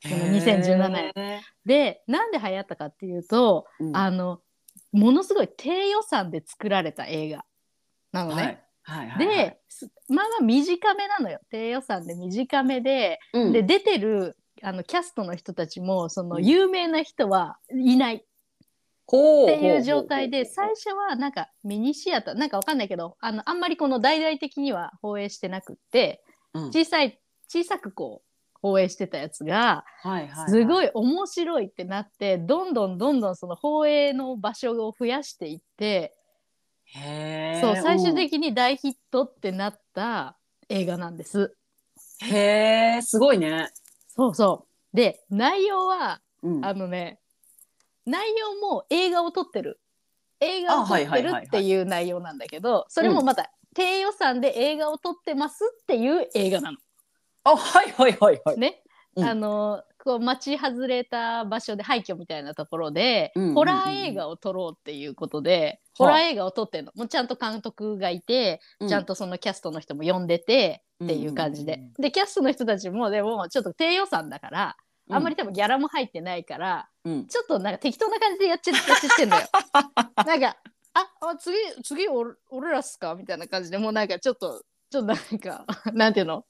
Speaker 1: へ
Speaker 2: の2017年
Speaker 1: え
Speaker 2: で、なんで流行ったかっていうと、
Speaker 1: うん
Speaker 2: あの、ものすごい低予算で作られた映画なのね。
Speaker 1: はいはいはいはい
Speaker 2: で、すまあまあ短めなのよ。低予算で短めで、
Speaker 1: うん
Speaker 2: で、出てる、あの、キャストの人たちも、その、
Speaker 1: うん
Speaker 2: 有名な人はいない。
Speaker 1: ほ
Speaker 2: っていう状態で最
Speaker 1: 最
Speaker 2: 初はなんかミニシアターなんかわかんないけどあのあんまりこの大々的には放映してなくって小さい小さくこう放映してたやつがすご
Speaker 1: い
Speaker 2: い面白いってなってどんどんどんどんその放映の場所を増やしていって
Speaker 1: へー
Speaker 2: そう最終
Speaker 1: うん
Speaker 2: 的に大ヒットってなった映画なんです。
Speaker 1: へえすごいね
Speaker 2: そうそうで内容は
Speaker 1: うん
Speaker 2: あのね内容も映画を撮ってる映画
Speaker 1: あ
Speaker 2: を撮
Speaker 1: はい
Speaker 2: っ
Speaker 1: は
Speaker 2: て
Speaker 1: いはい
Speaker 2: る
Speaker 1: はい
Speaker 2: っていう内容なんだけどそれもまた低予算で映画を撮ってますっていう映画なの。
Speaker 1: あはいはいはいはい
Speaker 2: ね、
Speaker 1: うん
Speaker 2: あのこう町外れた場所で廃墟みたいなところで、
Speaker 1: うんうんうん
Speaker 2: ホラー映画を撮ろうっていうことで、
Speaker 1: は
Speaker 2: ホ
Speaker 1: あ
Speaker 2: ラー映画を撮ってるのもうちゃんと監督がいて、ちゃんとそのキャストの人も呼んでてっていう感じで、
Speaker 1: うんうんうん
Speaker 2: でキャストの人たちもでもちょっと低予算だから、
Speaker 1: うん
Speaker 2: あんまり多分ギャラも入ってないから、
Speaker 1: うん
Speaker 2: ちょっとなんか適当な感じでやっちゃやっちゃってん だよ。なんか、あ、あ次、次俺、俺らっすかみたいな感じで、もうなんかちょっと、ちょっとなんか、なんていう の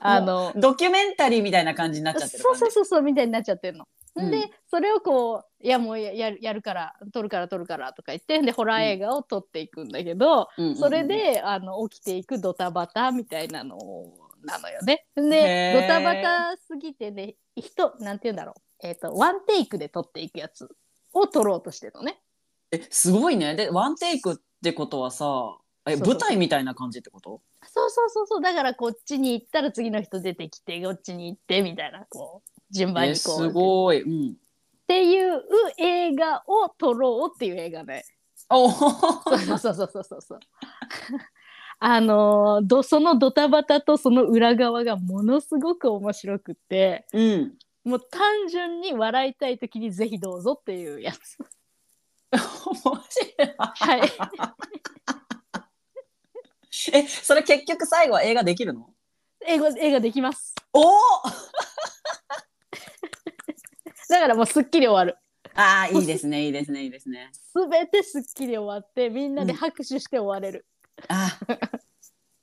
Speaker 2: あの、
Speaker 1: ドキュメンタリーみたいな感じになっちゃってる
Speaker 2: そうそうそうそうみたいになっちゃってんの。
Speaker 1: うん
Speaker 2: で、それをこう、いやもうややるやるから、撮るから撮るからとか言って、で、ホラー映画を撮っていくんだけど、
Speaker 1: そう
Speaker 2: それで、あの、起きていくドタバタみたいなのなのよね。
Speaker 1: へ
Speaker 2: で
Speaker 1: ー、
Speaker 2: ドタバタすぎてね、人、なんて言うんだろう。えっ、と、ワンテイクで撮っていくやつを撮ろうとしてるのね。
Speaker 1: えすごいねでワンテイクってことはさえ
Speaker 2: そうそう
Speaker 1: 舞台みたいな感じってこと
Speaker 2: そうそうそうそう。だからこっちに行ったら次の人出てきて、こっちに行ってみたいな、こう、順番
Speaker 1: え
Speaker 2: にこう。
Speaker 1: すごいうん
Speaker 2: っていう映画を撮ろうっていう映画で。
Speaker 1: お
Speaker 2: そうそうそうそうそうそう。あのーどそのドタバタとその裏側がものすごく面白くて
Speaker 1: うん
Speaker 2: もう単純に笑いたい時にぜひどうぞっていうやつ。
Speaker 1: 面白
Speaker 2: はい、
Speaker 1: い えそれ結局最後は映画できるの
Speaker 2: 映画映画できます。
Speaker 1: おお
Speaker 2: だからもうすっきり終わる。
Speaker 1: あーいいですねいいですねいいですね
Speaker 2: すべてすっきり終わってみんなで拍手して終われる。
Speaker 1: あ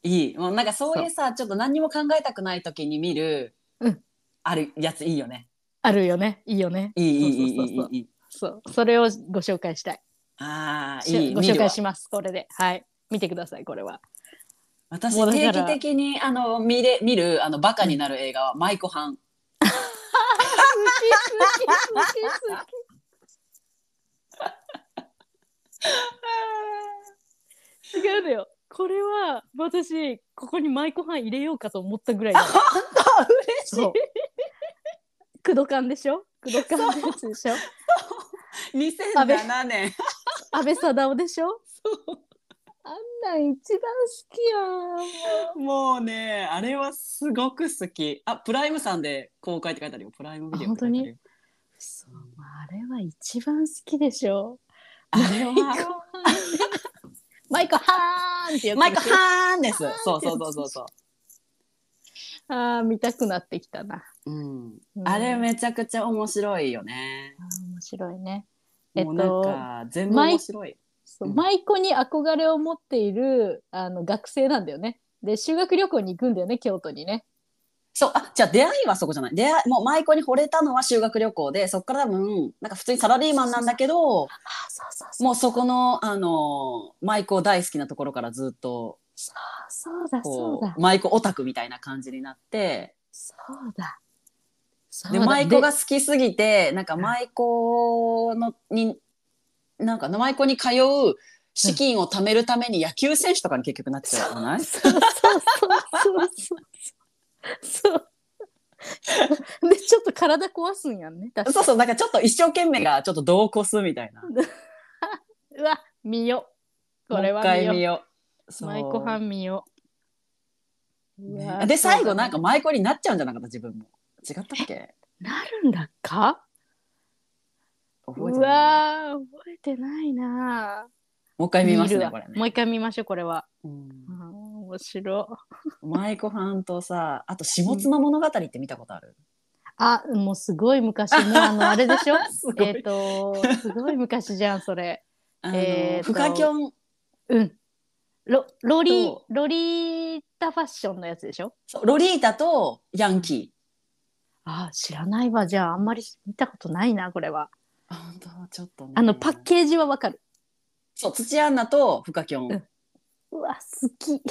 Speaker 1: いいもうなんかそういうさちょっと何にも考えたくない時に見る、
Speaker 2: うん
Speaker 1: あるやついいよね
Speaker 2: あるよね。いいよね。
Speaker 1: いいいいいい
Speaker 2: そうそう
Speaker 1: い
Speaker 2: そうそう
Speaker 1: いい
Speaker 2: そう、それ
Speaker 1: い
Speaker 2: をご紹介したい。
Speaker 1: あー
Speaker 2: し
Speaker 1: いい
Speaker 2: ご
Speaker 1: 見
Speaker 2: 紹
Speaker 1: るわ
Speaker 2: 介します。これで、はい、見てください。これは。
Speaker 1: 私
Speaker 2: もうだ
Speaker 1: 定
Speaker 2: から
Speaker 1: 期的にあの見れ見るあのバカになる映画は舞妓はん
Speaker 2: 好き好き好き好き。違うのよ。これは私ここに舞妓飯入れようかと思ったぐらいだ。
Speaker 1: あ嬉
Speaker 2: そう。くどかんでしょ。くどかんのやつでしょ。
Speaker 1: しい2007年
Speaker 2: 安倍貞夫でしょ。あんなん一番好きやん。
Speaker 1: もうねあれはすごく好きあプライムさんで公開って書いてあるよプライムビデオ
Speaker 2: あ本当に
Speaker 1: って
Speaker 2: そう。あれは一番好きでしょ。
Speaker 1: 書いてあるよあれは
Speaker 2: 舞妓はーんってやつでしょ。
Speaker 1: 舞妓はんですそうそうそうそうそう
Speaker 2: あー見たくなってきたな。
Speaker 1: うん
Speaker 2: うん
Speaker 1: あれめちゃくちゃ面白いよね。
Speaker 2: あー面白いね。えっ
Speaker 1: もうなん
Speaker 2: と。
Speaker 1: か全部面白い。
Speaker 2: そう
Speaker 1: うん
Speaker 2: 舞妓に憧れを持っているあの学生なんだよね。で修学旅行に行くんだよね京都にね。
Speaker 1: そうあじゃあ出会いはそこじゃない出会いもう舞妓に惚れたのは修学旅行でそこから多分なんか普通にサラリーマンなんだけど
Speaker 2: あそうそうそ
Speaker 1: もうそこのあの舞妓大好きなところからずっと
Speaker 2: そうだそう
Speaker 1: こ
Speaker 2: だ
Speaker 1: う舞妓オタクみたいな感じになって
Speaker 2: そうだ。そう
Speaker 1: で
Speaker 2: だ
Speaker 1: 舞妓が好きすぎてなんか舞妓のになんか舞妓に通う資金を貯めるために野球選手とかに結局なっちゃうじゃない
Speaker 2: でそうそうそうそうそう。そうでちょっと体壊すんやんね。確
Speaker 1: そ
Speaker 2: か
Speaker 1: うそう、なんかちょっと一生懸命がちょっと度を越すみたいな。
Speaker 2: うわ見よ。これは
Speaker 1: もう一
Speaker 2: 見
Speaker 1: 回見
Speaker 2: よ。
Speaker 1: よう。そう
Speaker 2: 舞妓班見よ。う
Speaker 1: ね
Speaker 2: わ
Speaker 1: で、最後なんか
Speaker 2: そう
Speaker 1: 舞妓になっちゃうんじゃなかった自分も。違ったっけ
Speaker 2: だねなるんだっか
Speaker 1: 覚
Speaker 2: う
Speaker 1: えてない。
Speaker 2: わー覚えてないな
Speaker 1: もう一回見ます
Speaker 2: 見る
Speaker 1: ね
Speaker 2: わ
Speaker 1: これね
Speaker 2: もう一回見ましょうこれは。
Speaker 1: うん
Speaker 2: あー面白い。
Speaker 1: 舞妓はんとさあと「下妻物語」って見たことある、
Speaker 2: あもうすごい昔ねあ のあれでしょ
Speaker 1: ごい
Speaker 2: えっとすごい昔じゃんそれ。
Speaker 1: あの
Speaker 2: えーと
Speaker 1: フカキョン
Speaker 2: うん。ロロリ
Speaker 1: そう
Speaker 2: ロリータファッションのやつでしょ
Speaker 1: そうロリータとヤンキ
Speaker 2: あー知らないわじゃああんまり見たことないなこれは。
Speaker 1: ーあ本当ちょっとね
Speaker 2: あのパッケージはわかる。
Speaker 1: そう土アンナとフカキョン、
Speaker 2: うんうわ好き。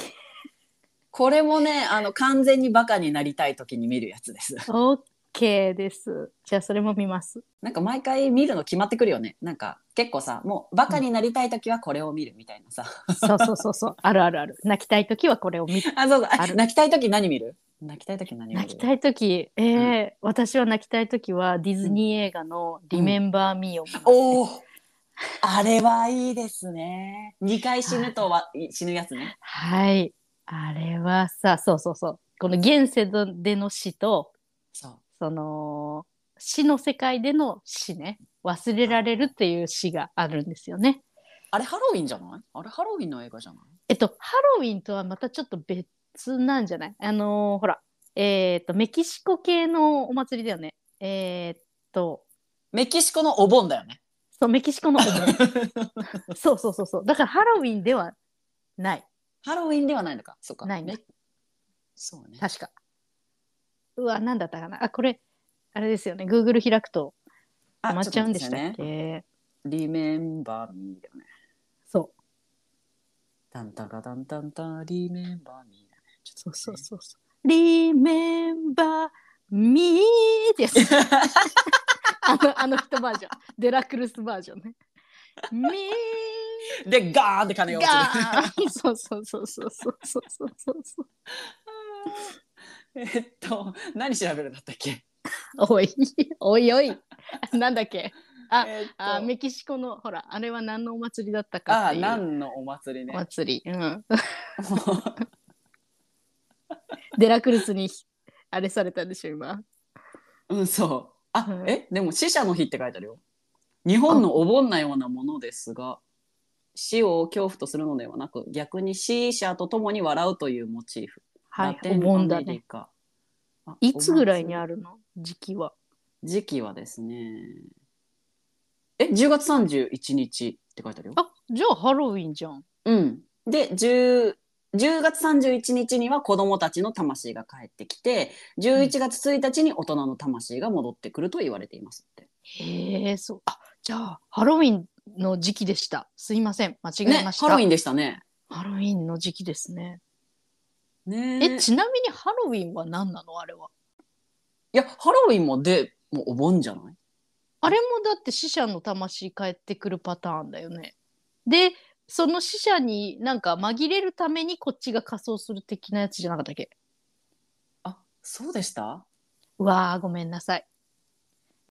Speaker 1: これもねあの完全にバカになりたい時に見るやつです
Speaker 2: オッケーです。じゃあそれも見ます。
Speaker 1: なんか毎回見るの決まってくるよねなんか結構さもうバカになりたい時はこれを見るみたいなさ、
Speaker 2: そうそうそうそう。あるあるある。泣きたい時はこれを見て。
Speaker 1: あそうそうあ
Speaker 2: ある
Speaker 1: 泣きたい時何見る泣きたい時何見る
Speaker 2: 泣きたい時、えー私は泣きたい時はディズニー映画の「リメンバー・ミー」を見ます、
Speaker 1: おおあれはいいですね2回死ぬとは死ぬやつね
Speaker 2: はい。あれはさ、そうそうそう。この現世での死と、
Speaker 1: そう
Speaker 2: その死の世界での死ね。忘れられるっていう死があるんですよね。
Speaker 1: あれハロウィンじゃないあれハロウィンの映画じゃない
Speaker 2: えっと、ハロウィンとはまたちょっと別なんじゃないあのーほら、えーっと、メキシコ系のお祭りだよね。えーっと、
Speaker 1: メキシコのお盆だよね
Speaker 2: そう、メキシコ のお盆そうそうそうそう。だからハロウィンではない。
Speaker 1: ハロウィンではないのかそうか
Speaker 2: ないね
Speaker 1: めそうね
Speaker 2: 確か。うわ、なんだったかな。あ、これ、あれですよね。Google 開くと
Speaker 1: あ
Speaker 2: 止まっちゃうんでした
Speaker 1: ょ
Speaker 2: っ
Speaker 1: と待て
Speaker 2: け
Speaker 1: くださいねリメンバーミーだよね
Speaker 2: そう
Speaker 1: タンタカタンタンタンリメンバーミーだねち
Speaker 2: そ
Speaker 1: ょ
Speaker 2: う
Speaker 1: っ
Speaker 2: そうそ
Speaker 1: と待ってね
Speaker 2: うそう。Remember me ってやつ。 あの、あの人バージョン。デラクルスバージョンね。me
Speaker 1: でガーンって金が
Speaker 2: が
Speaker 1: 落ちる
Speaker 2: そうそうそうそうそうそうそうそうそう。
Speaker 1: えっと何調べるんだったっけ
Speaker 2: おい、おいおい。なんだっけあ
Speaker 1: えっと
Speaker 2: あメキシコのほらあれは何のお祭りだったかっ
Speaker 1: あ
Speaker 2: ていう
Speaker 1: 何のお祭り
Speaker 2: お
Speaker 1: ね
Speaker 2: 祭り、 うん、デラクルスにあれされたんでしょ今
Speaker 1: うんそうあ、
Speaker 2: うん
Speaker 1: えでも死者の日って書いてあるよ日本のお盆なようなものですが死を恐怖とするのではなく逆に死者と共に笑うというモチーフ、
Speaker 2: はい
Speaker 1: ラテ
Speaker 2: お
Speaker 1: ン
Speaker 2: 盆だ
Speaker 1: アメリ
Speaker 2: ね
Speaker 1: カあ
Speaker 2: いつぐらいに
Speaker 1: お祭
Speaker 2: あるの時期は
Speaker 1: り時期はですねえ10月31日って書いてあるよ
Speaker 2: あじゃあハロウィンじゃん
Speaker 1: うん、で 10, 10月31日には子どもたちの魂が帰ってきて11月1日に大人の魂が戻ってくると言われていますって。
Speaker 2: へえそうあじゃあハロウィンの時期でしたすいません間違え
Speaker 1: ね
Speaker 2: まし
Speaker 1: ハ
Speaker 2: た、
Speaker 1: ロウィンでしたね。
Speaker 2: ハロウィンの時期ですね
Speaker 1: ね
Speaker 2: えちなみにハロウィンは何なのあれはい
Speaker 1: やハロウィンもでもうお盆じゃない
Speaker 2: あれもだって死者の魂帰ってくるパターンだよね。でその死者になんか紛れるためにこっちが仮装する的なやつじゃなかったっけ
Speaker 1: あそうでした
Speaker 2: うわーごめんなさい。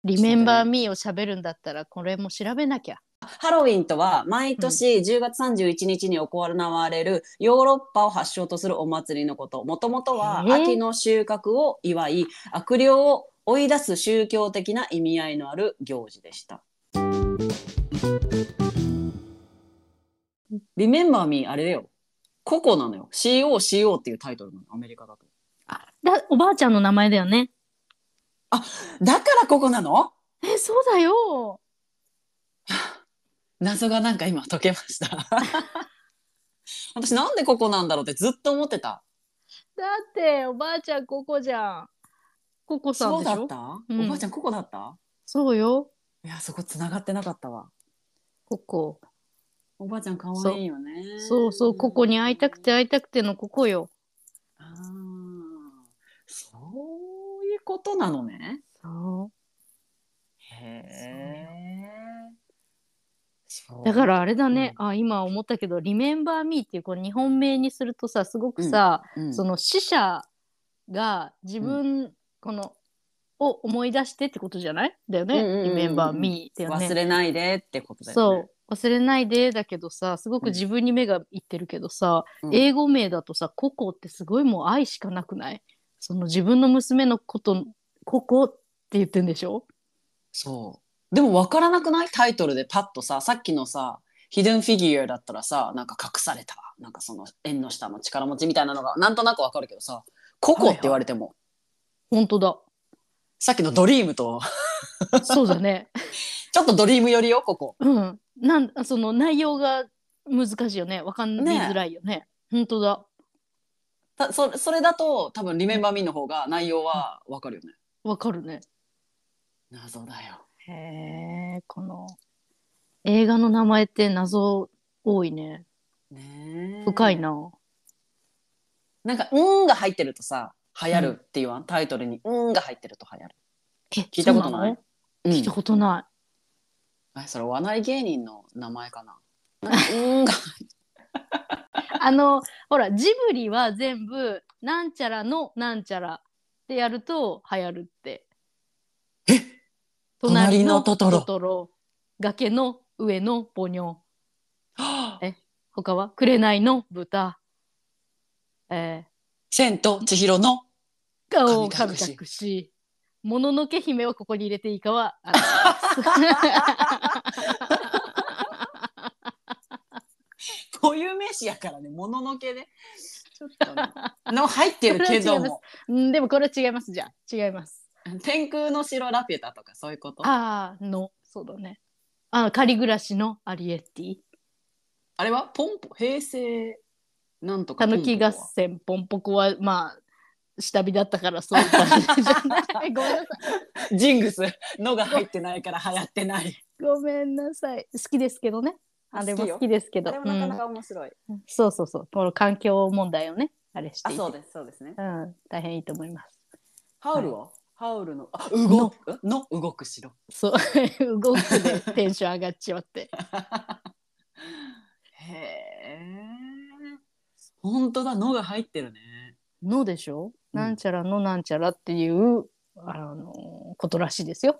Speaker 2: リメンバーミーを喋るんだったらこれも調べなきゃ。
Speaker 1: ハロウィンとは毎年10月31日に行われるヨーロッパを発祥とするお祭りのこともともとは
Speaker 2: へえ
Speaker 1: 秋の収穫を祝い悪霊を追い出す宗教的な意味合いのある行事でした。リメンバーミーあれだよ。ココなのよ。COCO っていうタイトルなのアメリカだと。
Speaker 2: だおばあちゃんの名前だよね。
Speaker 1: だからココなの
Speaker 2: えそうだよ。
Speaker 1: 謎がなんか今解けました。 私なんでココなんだろうってずっと思ってた。
Speaker 2: だっておばあちゃんここじゃん。ここさん
Speaker 1: そう
Speaker 2: でしょ
Speaker 1: だ
Speaker 2: そ
Speaker 1: っ
Speaker 2: う
Speaker 1: た、
Speaker 2: うん
Speaker 1: おばあちゃんここだった
Speaker 2: よ。
Speaker 1: いやそこ繋がってなかったわ
Speaker 2: ここ。
Speaker 1: おばあちゃん可愛いよね
Speaker 2: そうそうここに会いたくて会いたくてのここよ。
Speaker 1: あーそういうことなのね
Speaker 2: そう
Speaker 1: へえ
Speaker 2: だからあれだね、あ今思ったけど「リメンバー・ミー」っていうこの日本名にするとさすごくさ、
Speaker 1: ら、うん
Speaker 2: その死者が自分、このを思い出してってことじゃないだよね「
Speaker 1: うんうんうんうん
Speaker 2: リメンバー・ミー」ってよね。
Speaker 1: 忘れないでってことだよね
Speaker 2: そう忘れないでだけどさすごく自分に目がいってるけどさ、
Speaker 1: うん
Speaker 2: 英語名だとさ「ココ」ってすごいもう愛しかなくないその自分の娘のこと「ココ」って言ってんでしょ
Speaker 1: そうでも分からなくないタイトルでパッとささっきのさヒドゥンフィギュアだったらさなんか隠されたなんかその縁の下の力持ちみたいなのがなんとなくわかるけどさココって言われても、
Speaker 2: 本当だ。
Speaker 1: さっきのドリームと
Speaker 2: そうだね。
Speaker 1: ちょっとドリーム寄りよここ
Speaker 2: うん。なんその内容が難しいよね。わかんないづらいよね。本当だ。
Speaker 1: たそそれだと多分「リメンバー・ミー」の方が内容はわかるよね
Speaker 2: わかるね。
Speaker 1: 謎だよ
Speaker 2: へえ、この映画の名前って謎多いね。
Speaker 1: ねえ
Speaker 2: 深いな。
Speaker 1: なんか「うん」が入ってるとさ流行るって言わん、タイトルに「うん」が入ってると流行る
Speaker 2: え、
Speaker 1: 聞いたことない
Speaker 2: そうの聞いたことない。
Speaker 1: うん、えそれお笑い芸人の名前かななんかうんが
Speaker 2: あのほらジブリは全部なんちゃらのなんちゃらってやると流行るって。
Speaker 1: 隣のトトロ
Speaker 2: 崖の上のポニョ。
Speaker 1: はあ
Speaker 2: 他は紅の豚。え
Speaker 1: 千と千尋の
Speaker 2: ー、顔を
Speaker 1: 神
Speaker 2: 神
Speaker 1: 隠し
Speaker 2: 隠し。もののけ姫をここに入れていいかは。あ
Speaker 1: 固有名詞やからねもののけで、 ちょっとねの入ってるけども
Speaker 2: のうんでもこれは違いますじゃあ違います。
Speaker 1: 天空の城ラピュタとかそういうこと
Speaker 2: あ
Speaker 1: あ
Speaker 2: あのそうだね。あ仮暮らしのアリエッティ。
Speaker 1: れはポンポ平成なんとか
Speaker 2: た
Speaker 1: ポンポ
Speaker 2: ぬき合戦ポンポコはまあ下火だったからそういう感じじゃない ごめんなさい
Speaker 1: ジングスのが入ってないから流行っ てない
Speaker 2: ごめんなさい好きですけどねあれも
Speaker 1: 好きよ
Speaker 2: 好きですけど
Speaker 1: か面白い、
Speaker 2: うんそうそうそうこの環境問題をねあれして
Speaker 1: あ
Speaker 2: いて
Speaker 1: そうですそうですね
Speaker 2: うん、大変いいと思います
Speaker 1: ハウルは、ハウルのあ動くの動く城
Speaker 2: そう 動くでテンション上がっちま って
Speaker 1: へえ本当だのが入ってるね
Speaker 2: のでしょ、
Speaker 1: うん
Speaker 2: なんちゃらのなんちゃらっていうあのことらしいですよ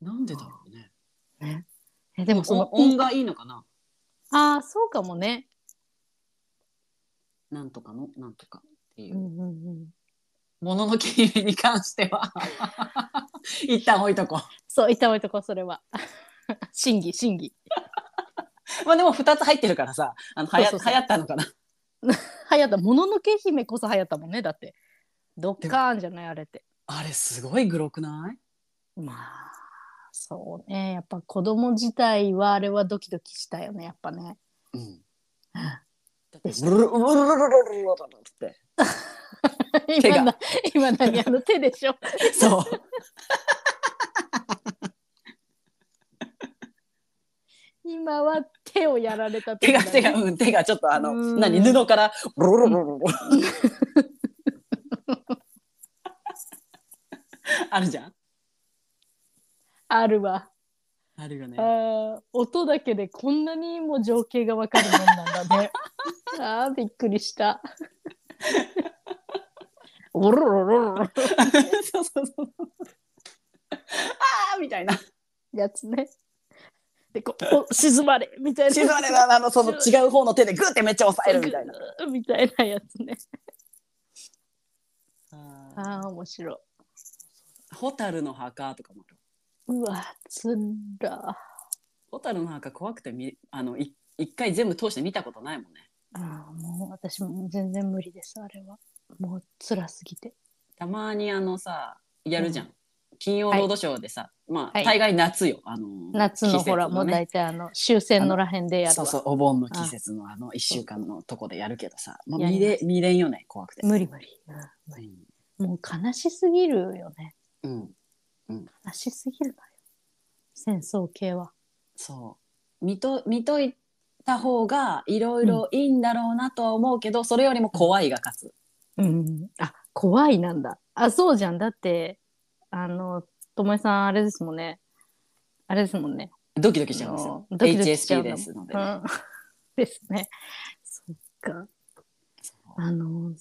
Speaker 1: なんでだろうね
Speaker 2: えでもその
Speaker 1: お音がいいのかな
Speaker 2: ああそうかもね、
Speaker 1: なんとかのなんとかっていうう、
Speaker 2: んうんうん、
Speaker 1: もののけ姫に関しては一旦置いとこ
Speaker 2: そういたわいとこそれは 審議審議
Speaker 1: うまあでも二つ入ってるからさあのはや
Speaker 2: そうそうそう
Speaker 1: 流行ったのかな
Speaker 2: 流行ったもののけ姫こそ流行ったもんねだってドッカーンじゃないあれって
Speaker 1: あれすごいグロくない
Speaker 2: まあそうねやっぱ子供自体はあれはドキドキしたよねやっぱね
Speaker 1: うん
Speaker 2: あ
Speaker 1: だってブルルルルルルルルルルって手が
Speaker 2: 今な今何あの手でしょ
Speaker 1: そう
Speaker 2: 今は手をやられた
Speaker 1: 手
Speaker 2: 時だ
Speaker 1: が
Speaker 2: ね
Speaker 1: 手が、うん、手がちょっとあの
Speaker 2: うん
Speaker 1: 何布からブルルルルルルあるじゃん
Speaker 2: あるわ
Speaker 1: あるよね
Speaker 2: あー音だけでこんなにも情景がわかるもんなんだねあーびっくりしたおろろろろ
Speaker 1: そうそうそうあーみたいな
Speaker 2: やつねでこお沈まれみたいな
Speaker 1: 静まれなあのその違う方の手でグーってめっちゃ押さえるみたいな。
Speaker 2: な。みたいなやつね。ああ、面白い。
Speaker 1: ホタルの墓とかもある。
Speaker 2: うわ、つら。
Speaker 1: ホタルの墓怖くてみあのい一回全部通して見たことないもんね。
Speaker 2: ああ、もう私も全然無理です、あれは。もう辛すぎて。
Speaker 1: たまにあのさやるじゃん。金曜ロードショーでさ、まあ、
Speaker 2: はい
Speaker 1: 大概夏よあの
Speaker 2: 夏のほら、もう大
Speaker 1: 題
Speaker 2: 体あの終戦のらへんでやる
Speaker 1: そう
Speaker 2: わ。
Speaker 1: そうお盆の季節のあの一週間のとこでやるけどさ、まあ、
Speaker 2: やり
Speaker 1: 見
Speaker 2: ま
Speaker 1: れ見れんよね怖くて。
Speaker 2: 無理無理、うん無理もう悲しすぎるよね。
Speaker 1: うん、
Speaker 2: 悲しすぎるのよ。戦争系は。
Speaker 1: そう見と見といた方がいろいろいいんだろうなとは思うけど、それよりも怖いが勝つ。
Speaker 2: うん。あ、怖いなんだ。あ、そうじゃん。だって、あの、ともえさん、あれですもんね。あれですもんね。
Speaker 1: ドキドキしちゃうんですよ。
Speaker 2: うんドキドキしちゃう
Speaker 1: HSP
Speaker 2: んだ
Speaker 1: で
Speaker 2: もん
Speaker 1: すので、
Speaker 2: う
Speaker 1: ね
Speaker 2: ん、 ですね。そっか。
Speaker 1: そう
Speaker 2: あの、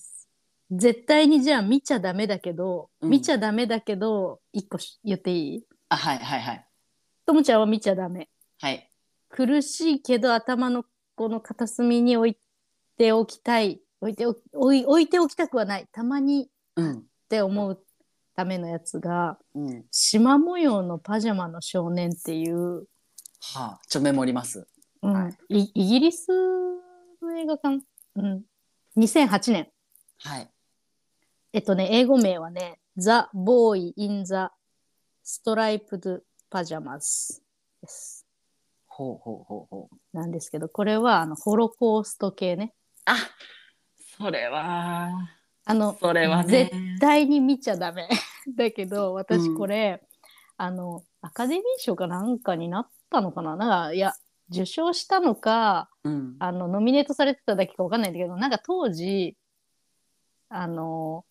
Speaker 2: 絶対にじゃあ見ちゃダメだけど、
Speaker 1: うん
Speaker 2: 見ちゃダメだけど、一個し言っていい
Speaker 1: あはいはいはい
Speaker 2: ともちゃんは見ちゃダメ。
Speaker 1: はい。
Speaker 2: 苦しいけど頭のこの片隅に置いておきたい。置いておき置い置いておきたくはない。たまにっ
Speaker 1: うん
Speaker 2: て思うためのやつが、
Speaker 1: うん。
Speaker 2: 縞模様のパジャマの少年っていう
Speaker 1: はあ、ちょメモります。
Speaker 2: うんいイギリスの映画館、うん、2008年
Speaker 1: はい。
Speaker 2: えっとね英語名はね「ザ・ボーイ・イン・ザ・ストライプド・パジャマズ」です
Speaker 1: ほうほうほうほう。
Speaker 2: なんですけどこれはあのホロコースト系ね
Speaker 1: あ、それは。
Speaker 2: あの
Speaker 1: それはね
Speaker 2: 絶。対に見ちゃダメ だけど私これ、あのアカデミー賞かなんかになったのかななんかいや受賞したのか
Speaker 1: うん。
Speaker 2: あのノミネートされてただけかわかんないんだけどなんか当時あの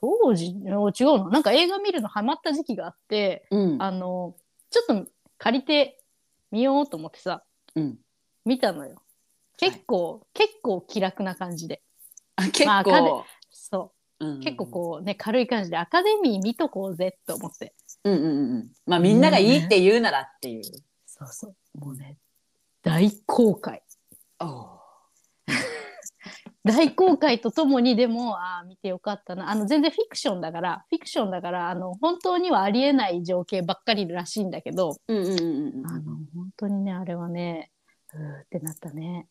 Speaker 2: 当時お違うのなんか映画見るのハマった時期があって
Speaker 1: うん。
Speaker 2: あのちょっと借りて見ようと思ってさ
Speaker 1: うん。
Speaker 2: 見たのよ結構、結構気楽な感じで
Speaker 1: あ結
Speaker 2: まあ彼
Speaker 1: 構。
Speaker 2: そう
Speaker 1: うん
Speaker 2: 結構こうね軽い感じでアカデミー見とこうぜと思って
Speaker 1: うんうんうんうん。まあみんながいいって言うならっていう。
Speaker 2: そうそうもうね大公開
Speaker 1: おう
Speaker 2: 大公開とともにでも ああ見てよかったなあの全然フィクションだからフィクションだからあの本当にはありえない情景ばっかりらしいんだけど
Speaker 1: うんうんうんうん。
Speaker 2: あの本当にねあれはねうーってなったね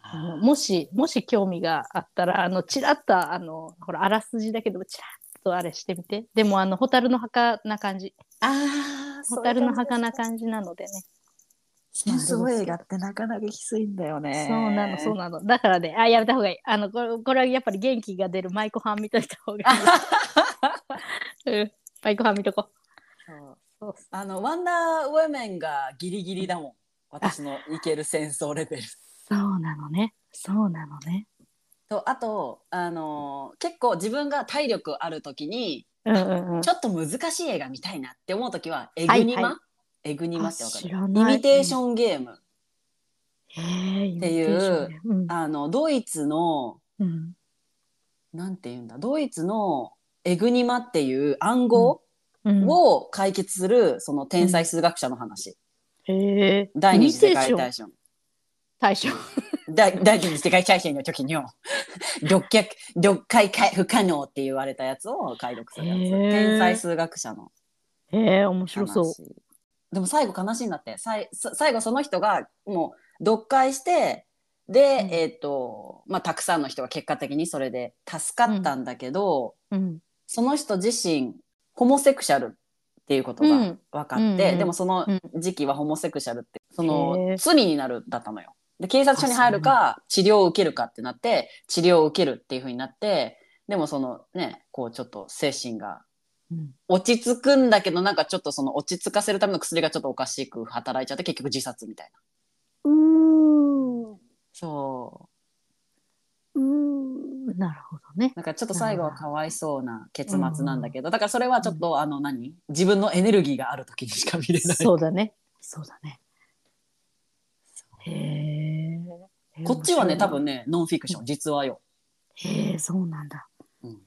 Speaker 2: あの
Speaker 1: あ
Speaker 2: もしもし興味があったらあのチラッとあのほらあらすじだけどチラッとあれしてみてでもあの蛍の墓な感じ
Speaker 1: あー、
Speaker 2: 蛍の墓な
Speaker 1: じ。
Speaker 2: 感じなのでね
Speaker 1: 戦争映画ってなかなかきついんだよね。
Speaker 2: そうなの、そうなの。だからね、あ、やめた方がいい。あの、これ、これはやっぱり元気が出る舞妓はん見といた方が
Speaker 1: あ
Speaker 2: い。
Speaker 1: ははは い
Speaker 2: うん、舞妓はん見とこ
Speaker 1: そう
Speaker 2: う。そう
Speaker 1: あの、ワンダーウェメンがギリギリだもん。私のいける戦争レベル。
Speaker 2: そうなのね。そうなのね。
Speaker 1: と、あと、あのー結構自分が体力あるときに、
Speaker 2: うんうんうん。
Speaker 1: ちょっと難しい映画見たいなって思うときは、エ
Speaker 2: は
Speaker 1: グ
Speaker 2: い
Speaker 1: ニマ、
Speaker 2: は
Speaker 1: エグニマってわか
Speaker 2: 知
Speaker 1: る
Speaker 2: ら
Speaker 1: イ
Speaker 2: ない。
Speaker 1: ミテーシ
Speaker 2: ン。
Speaker 1: ョンゲーム。
Speaker 2: へえ、
Speaker 1: っていう
Speaker 2: イミテーションねうん
Speaker 1: あの、ドイツの、
Speaker 2: うん。
Speaker 1: なんて言うんだ、ドイツのエグニマっていう暗号
Speaker 2: うん。
Speaker 1: を解決する、その天才数学者の話。
Speaker 2: へえ。
Speaker 1: 第二次世界
Speaker 2: イミテー
Speaker 1: 大
Speaker 2: ション
Speaker 1: 戦。
Speaker 2: 大賞。
Speaker 1: 第第二次世界大戦の時によ、六脚、六回か不可能って言われたやつを解読するや
Speaker 2: へ
Speaker 1: つ。
Speaker 2: ー
Speaker 1: 天才数学者の
Speaker 2: へえ、面白
Speaker 1: 話。
Speaker 2: そう。
Speaker 1: でも最後悲しいんだって。さいさ最後その人がもう読解して、で、
Speaker 2: うん
Speaker 1: えっ、と、まあ、たくさんの人が結果的にそれで助かったんだけど、
Speaker 2: うん。
Speaker 1: その人自身ホモセクシャルっていうこと
Speaker 2: う
Speaker 1: が
Speaker 2: ん
Speaker 1: 分かっ
Speaker 2: う
Speaker 1: て、
Speaker 2: んうん
Speaker 1: でもその時期はホモセクシャルってその罪になるだったのよ。で警察署に入るか治療を受けるかってなって治療を受けるっていうふうになってでもそのねこうちょっと精神が
Speaker 2: うん
Speaker 1: 落ち着くんだけどなんかちょっとその落ち着かせるための薬がちょっとおかしく働いちゃって結局自殺みたいな。
Speaker 2: うー
Speaker 1: そう
Speaker 2: ーなるほどね。
Speaker 1: なんかちょっと最後はかわいそうな結末なんだけど、だからそれはちょっとあの何自分のエネルギーがある時にしか見れな い
Speaker 2: そうだね。そうだね。へえ。
Speaker 1: こっち
Speaker 2: 面白
Speaker 1: はね、
Speaker 2: いな
Speaker 1: 多分。ね、ノンフィクション、実話よ。
Speaker 2: へえ、そうなんだ。
Speaker 1: うん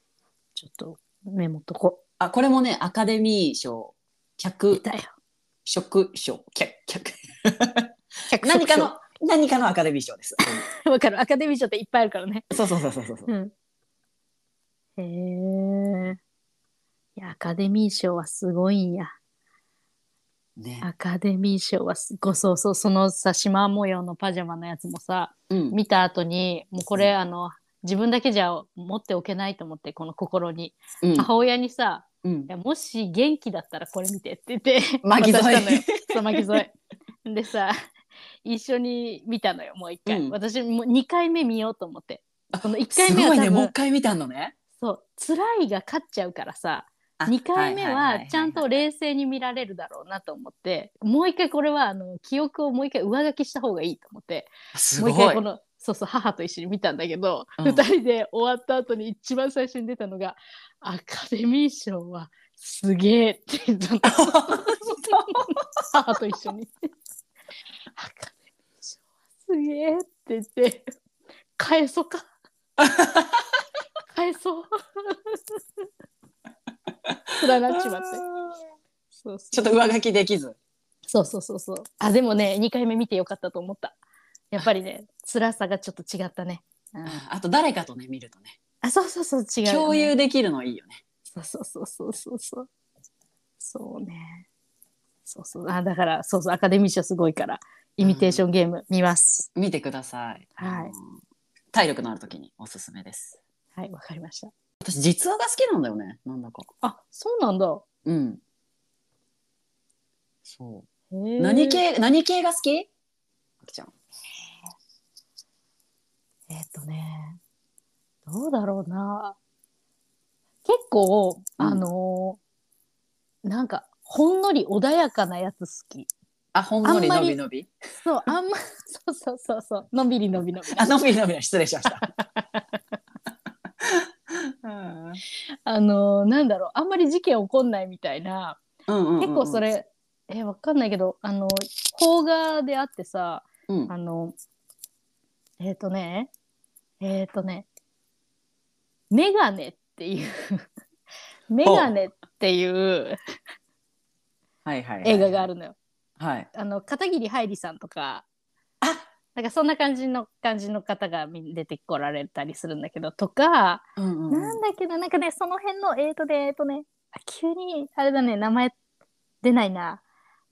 Speaker 2: ちょっとメモっとこ。
Speaker 1: あ、これもね、アカデミー賞、
Speaker 2: 出
Speaker 1: 脚
Speaker 2: たよ。
Speaker 1: 色賞、脚、脚。何
Speaker 2: 何か
Speaker 1: か
Speaker 2: の
Speaker 1: の、何かのアカデミー賞 です。
Speaker 2: わかる。アカデミー賞っていっぱいあるからね。
Speaker 1: そうそうそうそうそう。
Speaker 2: うん。へえ。いや、アカデミー賞はすごいんや。
Speaker 1: ね。
Speaker 2: アカデミー賞はすごい。そうそう、そのさ、縞模様のパジャマのやつもさ、
Speaker 1: うん。
Speaker 2: 見た後に、もうこれ、
Speaker 1: うん
Speaker 2: あの、自分だけじゃ持っておけないと思って、この心に。
Speaker 1: うん
Speaker 2: 母親にさ、
Speaker 1: うん
Speaker 2: い。やもし元気だったらこれ見てって言って
Speaker 1: 巻き添
Speaker 2: 渡
Speaker 1: え
Speaker 2: したのよ そう巻き添えでさ一緒に見たのよもう一回、
Speaker 1: うん
Speaker 2: 私もう2回目見ようと思って
Speaker 1: あ
Speaker 2: この1回
Speaker 1: す
Speaker 2: 目は多
Speaker 1: ごい
Speaker 2: 分、
Speaker 1: ね、もう一回見たのね。
Speaker 2: そう辛いが勝っちゃうからさ
Speaker 1: あ
Speaker 2: 2回目
Speaker 1: いいいい
Speaker 2: はいちゃんと冷静に見られるだろうなと思ってもう一回これはあの記憶をもう一回上書きした方がいいと思って
Speaker 1: す
Speaker 2: も
Speaker 1: ご
Speaker 2: う一回
Speaker 1: い
Speaker 2: こ。のそうそう母と一緒に見たんだけど、
Speaker 1: うん
Speaker 2: 二2人で終わった後に一番最初に出たのが「アカデミー賞はすげえ」って言 ったの母と一緒に「アカデミー賞はすげえ」って言って「返そう か」返そう辛なっちまってそうそ
Speaker 1: ちょっ
Speaker 2: う
Speaker 1: と上書きできず。
Speaker 2: そうそうそうそうあでもね2回目見てよかったと思ったやっぱりね辛さがちょっと違ったね、うん
Speaker 1: ああと誰かとね、見るとね。
Speaker 2: あ、そうそうそう、違う、
Speaker 1: 共有。できるのいいよね。
Speaker 2: そうそうそうそうそうそう。そうね。そうそう。あ、だから、そうそう、アカデミー賞すごいから、イミテーションゲーム見ます。
Speaker 1: 見てください。
Speaker 2: はい
Speaker 1: あの。体力のある時におすすめです。
Speaker 2: はい、わかりました。
Speaker 1: 私、実話が好きなんだよね。なんだか。
Speaker 2: あ、そうなんだ。
Speaker 1: うん。そう。
Speaker 2: へえ
Speaker 1: 何系、何系が好きあきちゃん。
Speaker 2: えっとね、どうだろうな。結構、
Speaker 1: うん
Speaker 2: あのーなんか、ほんのり穏やかなやつ好き。
Speaker 1: あ、ほんのり
Speaker 2: あんま
Speaker 1: の
Speaker 2: り
Speaker 1: びのび。
Speaker 2: そう、あんま、 そうそうそうそう、のんびりのんびのんび。
Speaker 1: あ、のびのびだ。失礼しま した。うん
Speaker 2: あのーなんだろう、あんまり事件起こんないみたいな。
Speaker 1: うんうんうん
Speaker 2: 結構そ、れ、えわかんないけど、あの、邦画であってさ、
Speaker 1: うん
Speaker 2: あの、えっ、とね、えっ、とね、メガネっていう、メガネっていう
Speaker 1: はいはいはい
Speaker 2: 映画があるのよ。
Speaker 1: はい
Speaker 2: あの、片桐はいりさんとか、
Speaker 1: あ
Speaker 2: なんかそんな感じの感じの方がみ出てこられたりするんだけど、とか、
Speaker 1: うんう
Speaker 2: なんんだっけな、なんかね、その辺の、えっ、とね、えっ、とね、あ急に、あれだね、名前出ないな。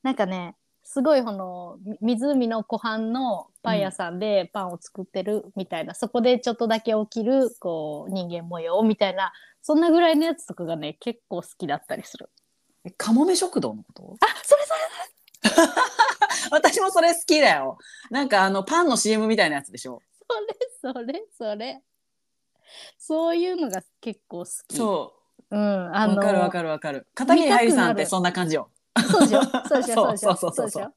Speaker 2: なんかね、すごいこの、み湖の湖畔のパン屋さんでパンを作ってるみたいな、そこでちょっとだけ起きる、こう、人間模様みたいな、そんなぐらいのやつとかがね、結構好きだったりする。
Speaker 1: えカモメ食堂のこと
Speaker 2: あ、それそれ
Speaker 1: 私もそれ好きだよなんかあのパンの CM みたいなやつでしょ
Speaker 2: それそれそういうのが結構好き。。
Speaker 1: そう
Speaker 2: ん、あ
Speaker 1: うわ
Speaker 2: の、
Speaker 1: かるわかるわかる片桐はいりさんってそんな感じよ
Speaker 2: そうでしょそうでしょそう
Speaker 1: そう
Speaker 2: でしょ
Speaker 1: そうそうそう
Speaker 2: でしょ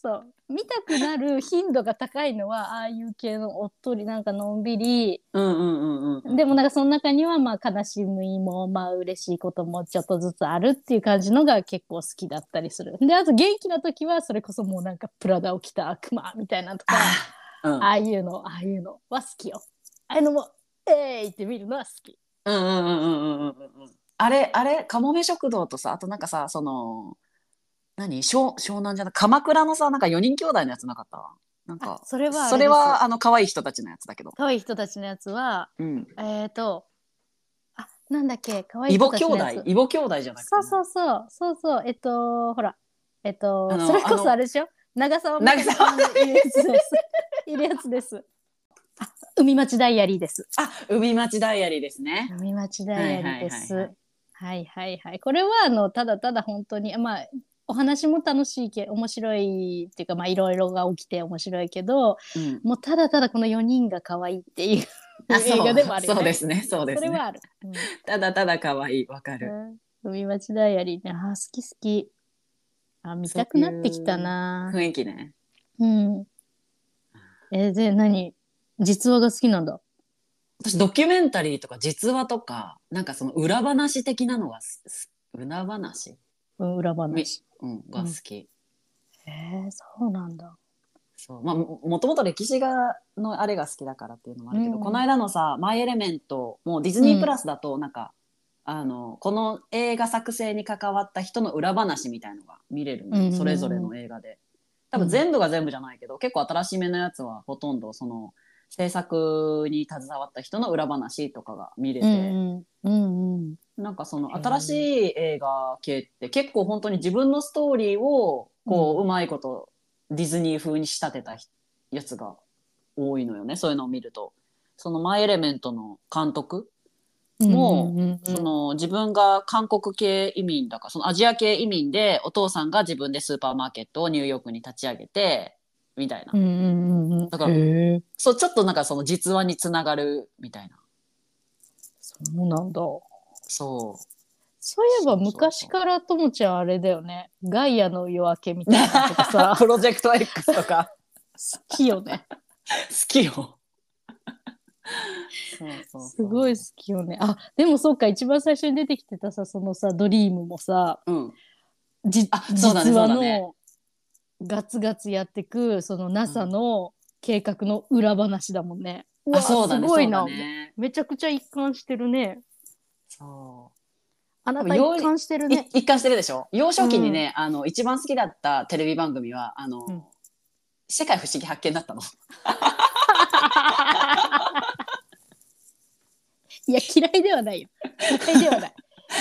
Speaker 2: そう見たくなる頻度が高いのはああいう系のおっとりなんかのんびり
Speaker 1: うんうんうんうん
Speaker 2: でもなんかその中にはまあ悲しみもまあ嬉しいこともちょっとずつあるっていう感じのが結構好きだったりするであと元気な時はそれこそもうなんかプラダを着た悪魔みたいなとか
Speaker 1: あうん
Speaker 2: ああいうのああいうのは好きよああいうのも「えい!」って見るのは好き
Speaker 1: うんうんうんうんうんうんうんあれあれカモメ食堂とさあとなんかさその何湘湘南じゃない鎌倉のさなんか4人兄弟のやつなかったなん
Speaker 2: あ
Speaker 1: か
Speaker 2: それはあです
Speaker 1: それはあの可愛い人たちのやつだけど、
Speaker 2: 遠い人たちのやつは
Speaker 1: うん、
Speaker 2: えっ、ー、とあなんだっけ可愛い
Speaker 1: イ
Speaker 2: 人
Speaker 1: ボ
Speaker 2: た
Speaker 1: 兄
Speaker 2: ちのや
Speaker 1: 弟
Speaker 2: つ
Speaker 1: イボ兄弟じゃなくて
Speaker 2: そうそうそうそうそうえっとほらえっと
Speaker 1: あの
Speaker 2: それこ
Speaker 1: あ
Speaker 2: そ
Speaker 1: の
Speaker 2: あれでしょ長澤ま
Speaker 1: 長
Speaker 2: さ
Speaker 1: 澤
Speaker 2: みさんのいるやつですいるやつですあ海町ダイアリーです
Speaker 1: あ海町ダイアリーですね
Speaker 2: 海町ダイアリーですは
Speaker 1: はいはいはいは
Speaker 2: いいはいはいこれはあのただただ本当にまあお話も楽しいけ面白いっていうかまあいろいろが起きて面白いけど
Speaker 1: うん
Speaker 2: もうただただこの4人が可愛いっていう
Speaker 1: あそ
Speaker 2: 映
Speaker 1: う
Speaker 2: 画でもあるよね
Speaker 1: そうですねそうです
Speaker 2: それ
Speaker 1: ね
Speaker 2: はある、うん
Speaker 1: ただただ可愛いわかる、
Speaker 2: うん海町ダイアリーね。あー、好き好き。あ、見たくなってきたな。
Speaker 1: 雰囲気ね
Speaker 2: うん。えーで、何実話が好きなんだ。
Speaker 1: 私ドキュメンタリーとか実話とかなんかその裏話的なのがすす裏話、
Speaker 2: うん、裏話。
Speaker 1: うん、が好き、
Speaker 2: えー、そうなんだ。
Speaker 1: そうまあ、ももともと歴史がのあれが好きだからっていうのもあるけど、
Speaker 2: うん
Speaker 1: この間のさ「マイ・エレメント」もうディズニープラスだとなんか、あのこの映画作成に関わった人の裏話みたいのが見れるの
Speaker 2: うんうんうん
Speaker 1: それぞれの映画で多分全部が全部じゃないけど、結構新しめのやつはほとんどその制作に携わった人の裏話とかが見れ
Speaker 2: う
Speaker 1: て、
Speaker 2: んうん。うんうん。
Speaker 1: なんかその新しい映画系って結構本当に自分のストーリーをこううまいことディズニー風に仕立てたひやつが多いのよねそういうのを見ると。そのマイ・エレメントの監督、も
Speaker 2: うんうんうん
Speaker 1: その自分が韓国系移民だからそのアジア系移民でお父さんが自分でスーパーマーケットをニューヨークに立ち上げてみたいな、
Speaker 2: うんうんうんうん。
Speaker 1: だから
Speaker 2: へー
Speaker 1: そうちょっとなんかその実話につながるみたいな
Speaker 2: そうなんだ。
Speaker 1: そう
Speaker 2: そういえば
Speaker 1: そうそうそう
Speaker 2: 昔からともちゃんあれだよね。ガイアの夜明けみ たいなのとかさ、
Speaker 1: プロジェクト X とか
Speaker 2: 好きよね。
Speaker 1: 好きよ。そうそうそう
Speaker 2: すごい好きよね。あ、でもそうか、一番最初に出てきてたさ、そのさ、ドリームもさ、
Speaker 1: うん、
Speaker 2: じ
Speaker 1: あそうだね
Speaker 2: 実話
Speaker 1: そうだね
Speaker 2: のガツガツやってく、その NASA の計画の裏話だもんね。うわ
Speaker 1: あそうだね
Speaker 2: すごい
Speaker 1: そ
Speaker 2: な、
Speaker 1: うだね
Speaker 2: めちゃくちゃ一貫してるね。
Speaker 1: そ
Speaker 2: あな
Speaker 1: で
Speaker 2: た
Speaker 1: もよ
Speaker 2: 一貫してる
Speaker 1: う、い
Speaker 2: ね。
Speaker 1: 一貫してるでしょ幼少期にね、あの一番好きだったテレビ番組は「あの
Speaker 2: うん
Speaker 1: 世界不思議発見」だったの
Speaker 2: いや、嫌いではないよ。嫌いではない。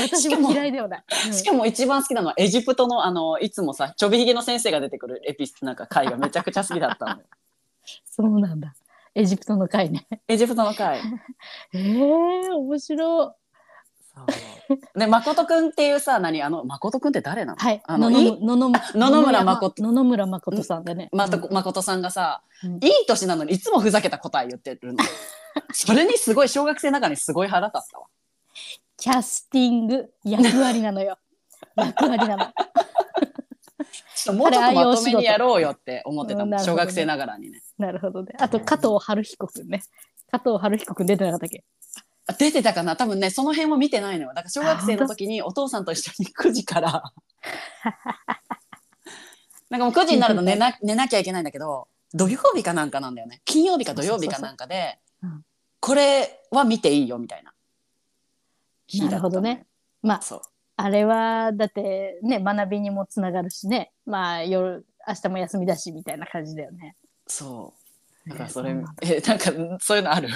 Speaker 2: 私
Speaker 1: しか
Speaker 2: も
Speaker 1: も
Speaker 2: 嫌いではない。うん
Speaker 1: しかも一番好きなのはエジプトのあのいつもさちょびひげの先生が出てくるエピなんか回がめちゃくちゃ好きだったのよ
Speaker 2: そうなんだ。エジプトの会ね。
Speaker 1: エジプトの 回
Speaker 2: えー、面白
Speaker 1: そうで誠くんっていうさ何あの誠くんって誰なの、
Speaker 2: い。はい。
Speaker 1: あの
Speaker 2: 野々
Speaker 1: い
Speaker 2: 野々
Speaker 1: 野々村誠
Speaker 2: 野々村誠さんだね。
Speaker 1: また誠さんがさ、
Speaker 2: うん
Speaker 1: いい年なのにいつもふざけた答え言って るのそれにすごい小学生ながらにすごい腹立ったわ
Speaker 2: キャスティング役割なの よ。役割なの。
Speaker 1: ちょっともうちょっとまとめにやろうよって思ってた
Speaker 2: うんな
Speaker 1: の
Speaker 2: るほどね
Speaker 1: 小学生ながらにね
Speaker 2: なるほどね。あと加藤晴彦くんね。加藤晴彦くん出てなかったっけ？
Speaker 1: あ出てたかな多分ねその辺も見てないのよだから小学生の時にお父さんと一緒に9時から なんかもう9時になると寝な寝なきゃいけないんだけど土曜日かなんかなんだよね金曜日か土曜日かなんかで
Speaker 2: そうそうそううん
Speaker 1: これは見ていいよみたいな日だった
Speaker 2: なるほどねまあ
Speaker 1: そう
Speaker 2: あれはだってね学びにもつながるしね。まあ夜明日も休みだしみたいな感じだよ ね。
Speaker 1: そうだからそれ、
Speaker 2: えーうなんだ
Speaker 1: えなんかそういうのあ る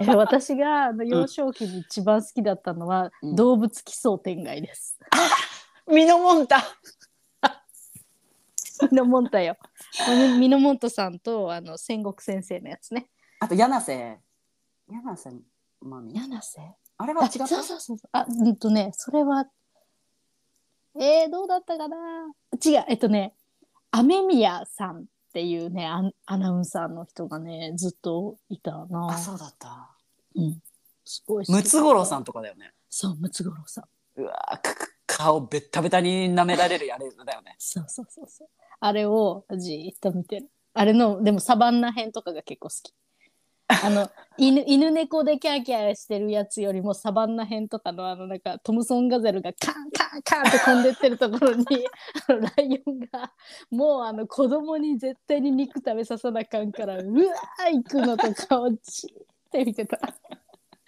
Speaker 2: え私があの幼少期に一番好きだったのは、
Speaker 1: うん
Speaker 2: 動物奇想天外です。
Speaker 1: ミノモンタ
Speaker 2: ミノモンタ よ。ミノモンタさんとあの戦国先生のやつね。
Speaker 1: あと柳瀬柳瀬まみ
Speaker 2: 柳瀬
Speaker 1: あれ
Speaker 2: あ、
Speaker 1: は違っ
Speaker 2: そう
Speaker 1: た
Speaker 2: そうそうそう。あ、うんとね、それは、えー、どうだったかな違う、えっとね、雨宮さんっていうね、アンアナウンサーの人がね、ずっといたな。
Speaker 1: あそうだった
Speaker 2: うん。すごい好き
Speaker 1: ムツゴロウさんとかだよね
Speaker 2: そう、ムツゴロウさん。
Speaker 1: うわーく顔ベッタベタに舐められるやれだよね
Speaker 2: そうそうそうそう。あれをじーっと見てる。あれの、でもサバンナ編とかが結構好き。あの犬犬猫でキャーキャーしてるやつよりもサバンナ編とかのあのなんかトムソンガゼルがカンカンカンって飛んでってるところにあのライオンがもうあの子供に絶対に肉食べささなあかんからうわー行くのとかをじーって見てた。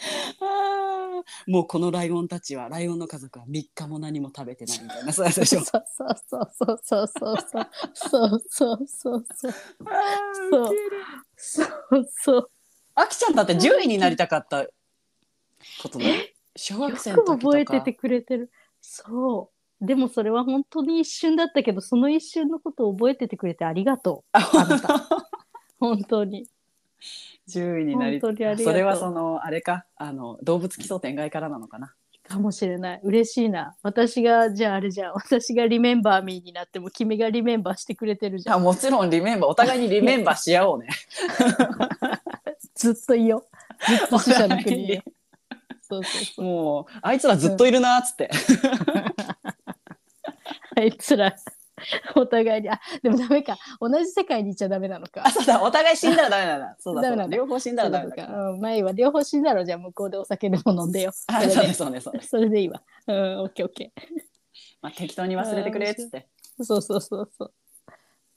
Speaker 1: もうこのライオンたちはライオンの家族は3日も何も食べてないみたい なそうでし
Speaker 2: そ
Speaker 1: ょ
Speaker 2: うそうそうそうそうそうそうそうそうそうそうそう。
Speaker 1: あきちゃんだって10位になりたかったことだよ小
Speaker 2: よ
Speaker 1: 学
Speaker 2: く
Speaker 1: 生の時とか
Speaker 2: 覚えててくれてるそうでもそれは本当に一瞬だったけどその一瞬のことを覚えててくれてありがとう
Speaker 1: あ
Speaker 2: あな
Speaker 1: 本当
Speaker 2: た 本当に
Speaker 1: 10位になり
Speaker 2: 本当にありがとう
Speaker 1: それはそのあれかあの動物奇想天外からなのかな
Speaker 2: かもしれない嬉しいな私がじゃああれじゃん私がリメンバーミーになっても君がリメンバーしてくれてるじゃん
Speaker 1: あもちろんリメンバーお互いにリメンバーし合おうね
Speaker 2: ずっといいよずっと死者の国 にそうそうそう
Speaker 1: もうあいつらずっといるなっつって、
Speaker 2: あいつらお互いにあでもダメか同じ世界にいちゃダメなのか
Speaker 1: あそうだお互い死んだらダメ なんだそうだ
Speaker 2: ダ
Speaker 1: そ
Speaker 2: メ
Speaker 1: う
Speaker 2: な
Speaker 1: だ
Speaker 2: んだ
Speaker 1: 両方死んだ
Speaker 2: そ
Speaker 1: ら
Speaker 2: うだ
Speaker 1: ダ
Speaker 2: と
Speaker 1: メだ
Speaker 2: か
Speaker 1: か、
Speaker 2: うん、前は両方死んだろじゃあ向こうでお酒でも飲んでよ
Speaker 1: らあ
Speaker 2: それ
Speaker 1: そう
Speaker 2: で
Speaker 1: ねそうねそうね
Speaker 2: それでいいわ。うん、オッケーオッケ
Speaker 1: まあ、適当に忘れてくれっつって。
Speaker 2: ー。そうそうそうそ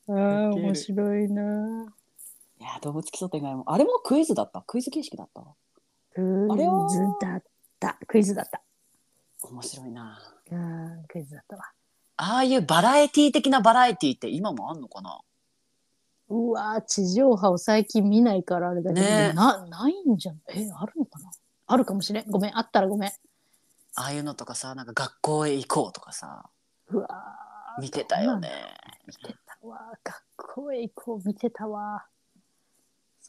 Speaker 2: う。ああ、
Speaker 1: ウケる
Speaker 2: 面白いな。
Speaker 1: いや動物基礎点外もあれもクイズだったクイズ形式だった
Speaker 2: クイ
Speaker 1: れは
Speaker 2: ズだった。クイズだった。
Speaker 1: 面白いな
Speaker 2: うん、クイズだったわ。
Speaker 1: ああいうバラエティ的なバラエティって今もあんのかな
Speaker 2: うわー地上波を最近見ないからあれだけど、
Speaker 1: ねえ
Speaker 2: なないんじゃん。え、あるのかなあるかもしれん。ごめん、あったらごめん。
Speaker 1: ああいうのとかさなんか学校へ行こうとかさ
Speaker 2: うわー
Speaker 1: 見てたよね
Speaker 2: 見てたわ。学校へ行こう、見てたわ。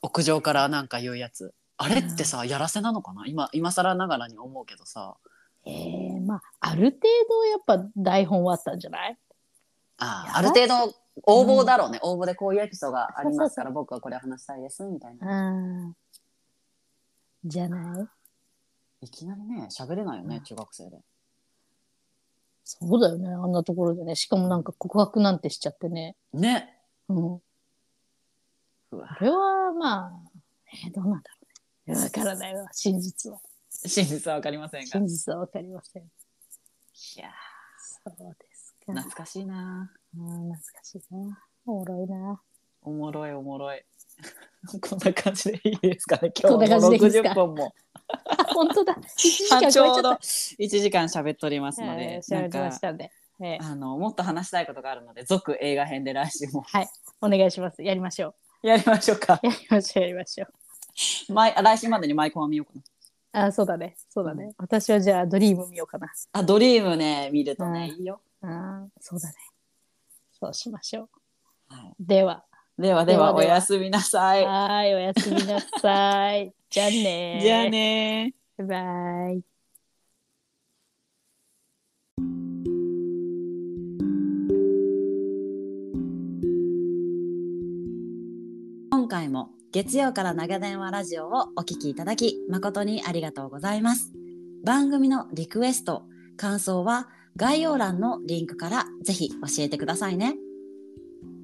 Speaker 1: 屋上からなんか言うやつあれってさやらせなのかな今今更ながらに思うけどさ
Speaker 2: えー、まあ、ある程度やっぱ台本はあったんじゃない
Speaker 1: あ
Speaker 2: や
Speaker 1: あ
Speaker 2: ば
Speaker 1: ある程度応募だろうね、応募でこういうエピソードがありますから
Speaker 2: そうそうそう
Speaker 1: 僕はこれ話したいですみたいな
Speaker 2: うん。じゃない
Speaker 1: いきなりね喋れないよね中学生で
Speaker 2: そうだよね、あんなところでね。しかもなんか告白なんてしちゃってね。
Speaker 1: ね
Speaker 2: うん。
Speaker 1: うわ
Speaker 2: あれはまあ、えーどうなんだろうね。わからない わ、真実は。
Speaker 1: 真実はわかりませんが
Speaker 2: 真実はわかりません。
Speaker 1: いや
Speaker 2: そうです
Speaker 1: ー
Speaker 2: か。あ
Speaker 1: 懐かしいな
Speaker 2: ー懐かしいな。おもろいな。
Speaker 1: おもろいおもろい こんな感じでいいですかね今
Speaker 2: こんな
Speaker 1: 日
Speaker 2: 感
Speaker 1: はも
Speaker 2: じ
Speaker 1: う
Speaker 2: でいいですか
Speaker 1: 60分も
Speaker 2: あ、本当 だ。1時間
Speaker 1: ち
Speaker 2: 超え
Speaker 1: ょう
Speaker 2: ちゃ
Speaker 1: ど
Speaker 2: っ
Speaker 1: 1時間喋っております
Speaker 2: た。
Speaker 1: の
Speaker 2: えー、
Speaker 1: でな
Speaker 2: 喋
Speaker 1: ん
Speaker 2: りま
Speaker 1: か
Speaker 2: したんで。えー
Speaker 1: あのもっと話したいことがあるので続映画編で来週も
Speaker 2: はい。お願いします。やりま しょ
Speaker 1: やりましょうか
Speaker 2: う。やりましょう、やりましょう。
Speaker 1: 毎来週までに毎コマ見ようかな
Speaker 2: あ、そうだね。そうだね。私はじゃあドリーム見ようかな。
Speaker 3: あ、ドリームね、見ると
Speaker 2: はい
Speaker 3: ね、いいよ。
Speaker 2: ああ、そうだね。そうしましょう。
Speaker 3: は
Speaker 2: では、
Speaker 3: い、ではでは、
Speaker 2: では
Speaker 3: お
Speaker 2: では
Speaker 3: やすみなさい。
Speaker 2: はーい、おやすみなさい。じゃあねー
Speaker 3: じゃあ。ねー。
Speaker 2: バイバイ。
Speaker 3: 今回も月曜から長電話ラジオをお聞きいただき誠にありがとうございます。番組のリクエスト、感想は概要欄のリンクからぜひ教えてくださいね。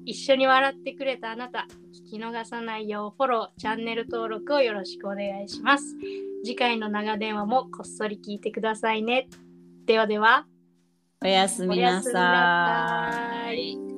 Speaker 4: 一緒に笑ってくれたあなた、聞き逃さないようフォロー、チャンネル登録をよろしくお願いします。次回の長電話もこっそり聞いてくださいね。ではでは、
Speaker 3: おやすみなさ
Speaker 4: おやすみなさ
Speaker 3: い。
Speaker 4: い。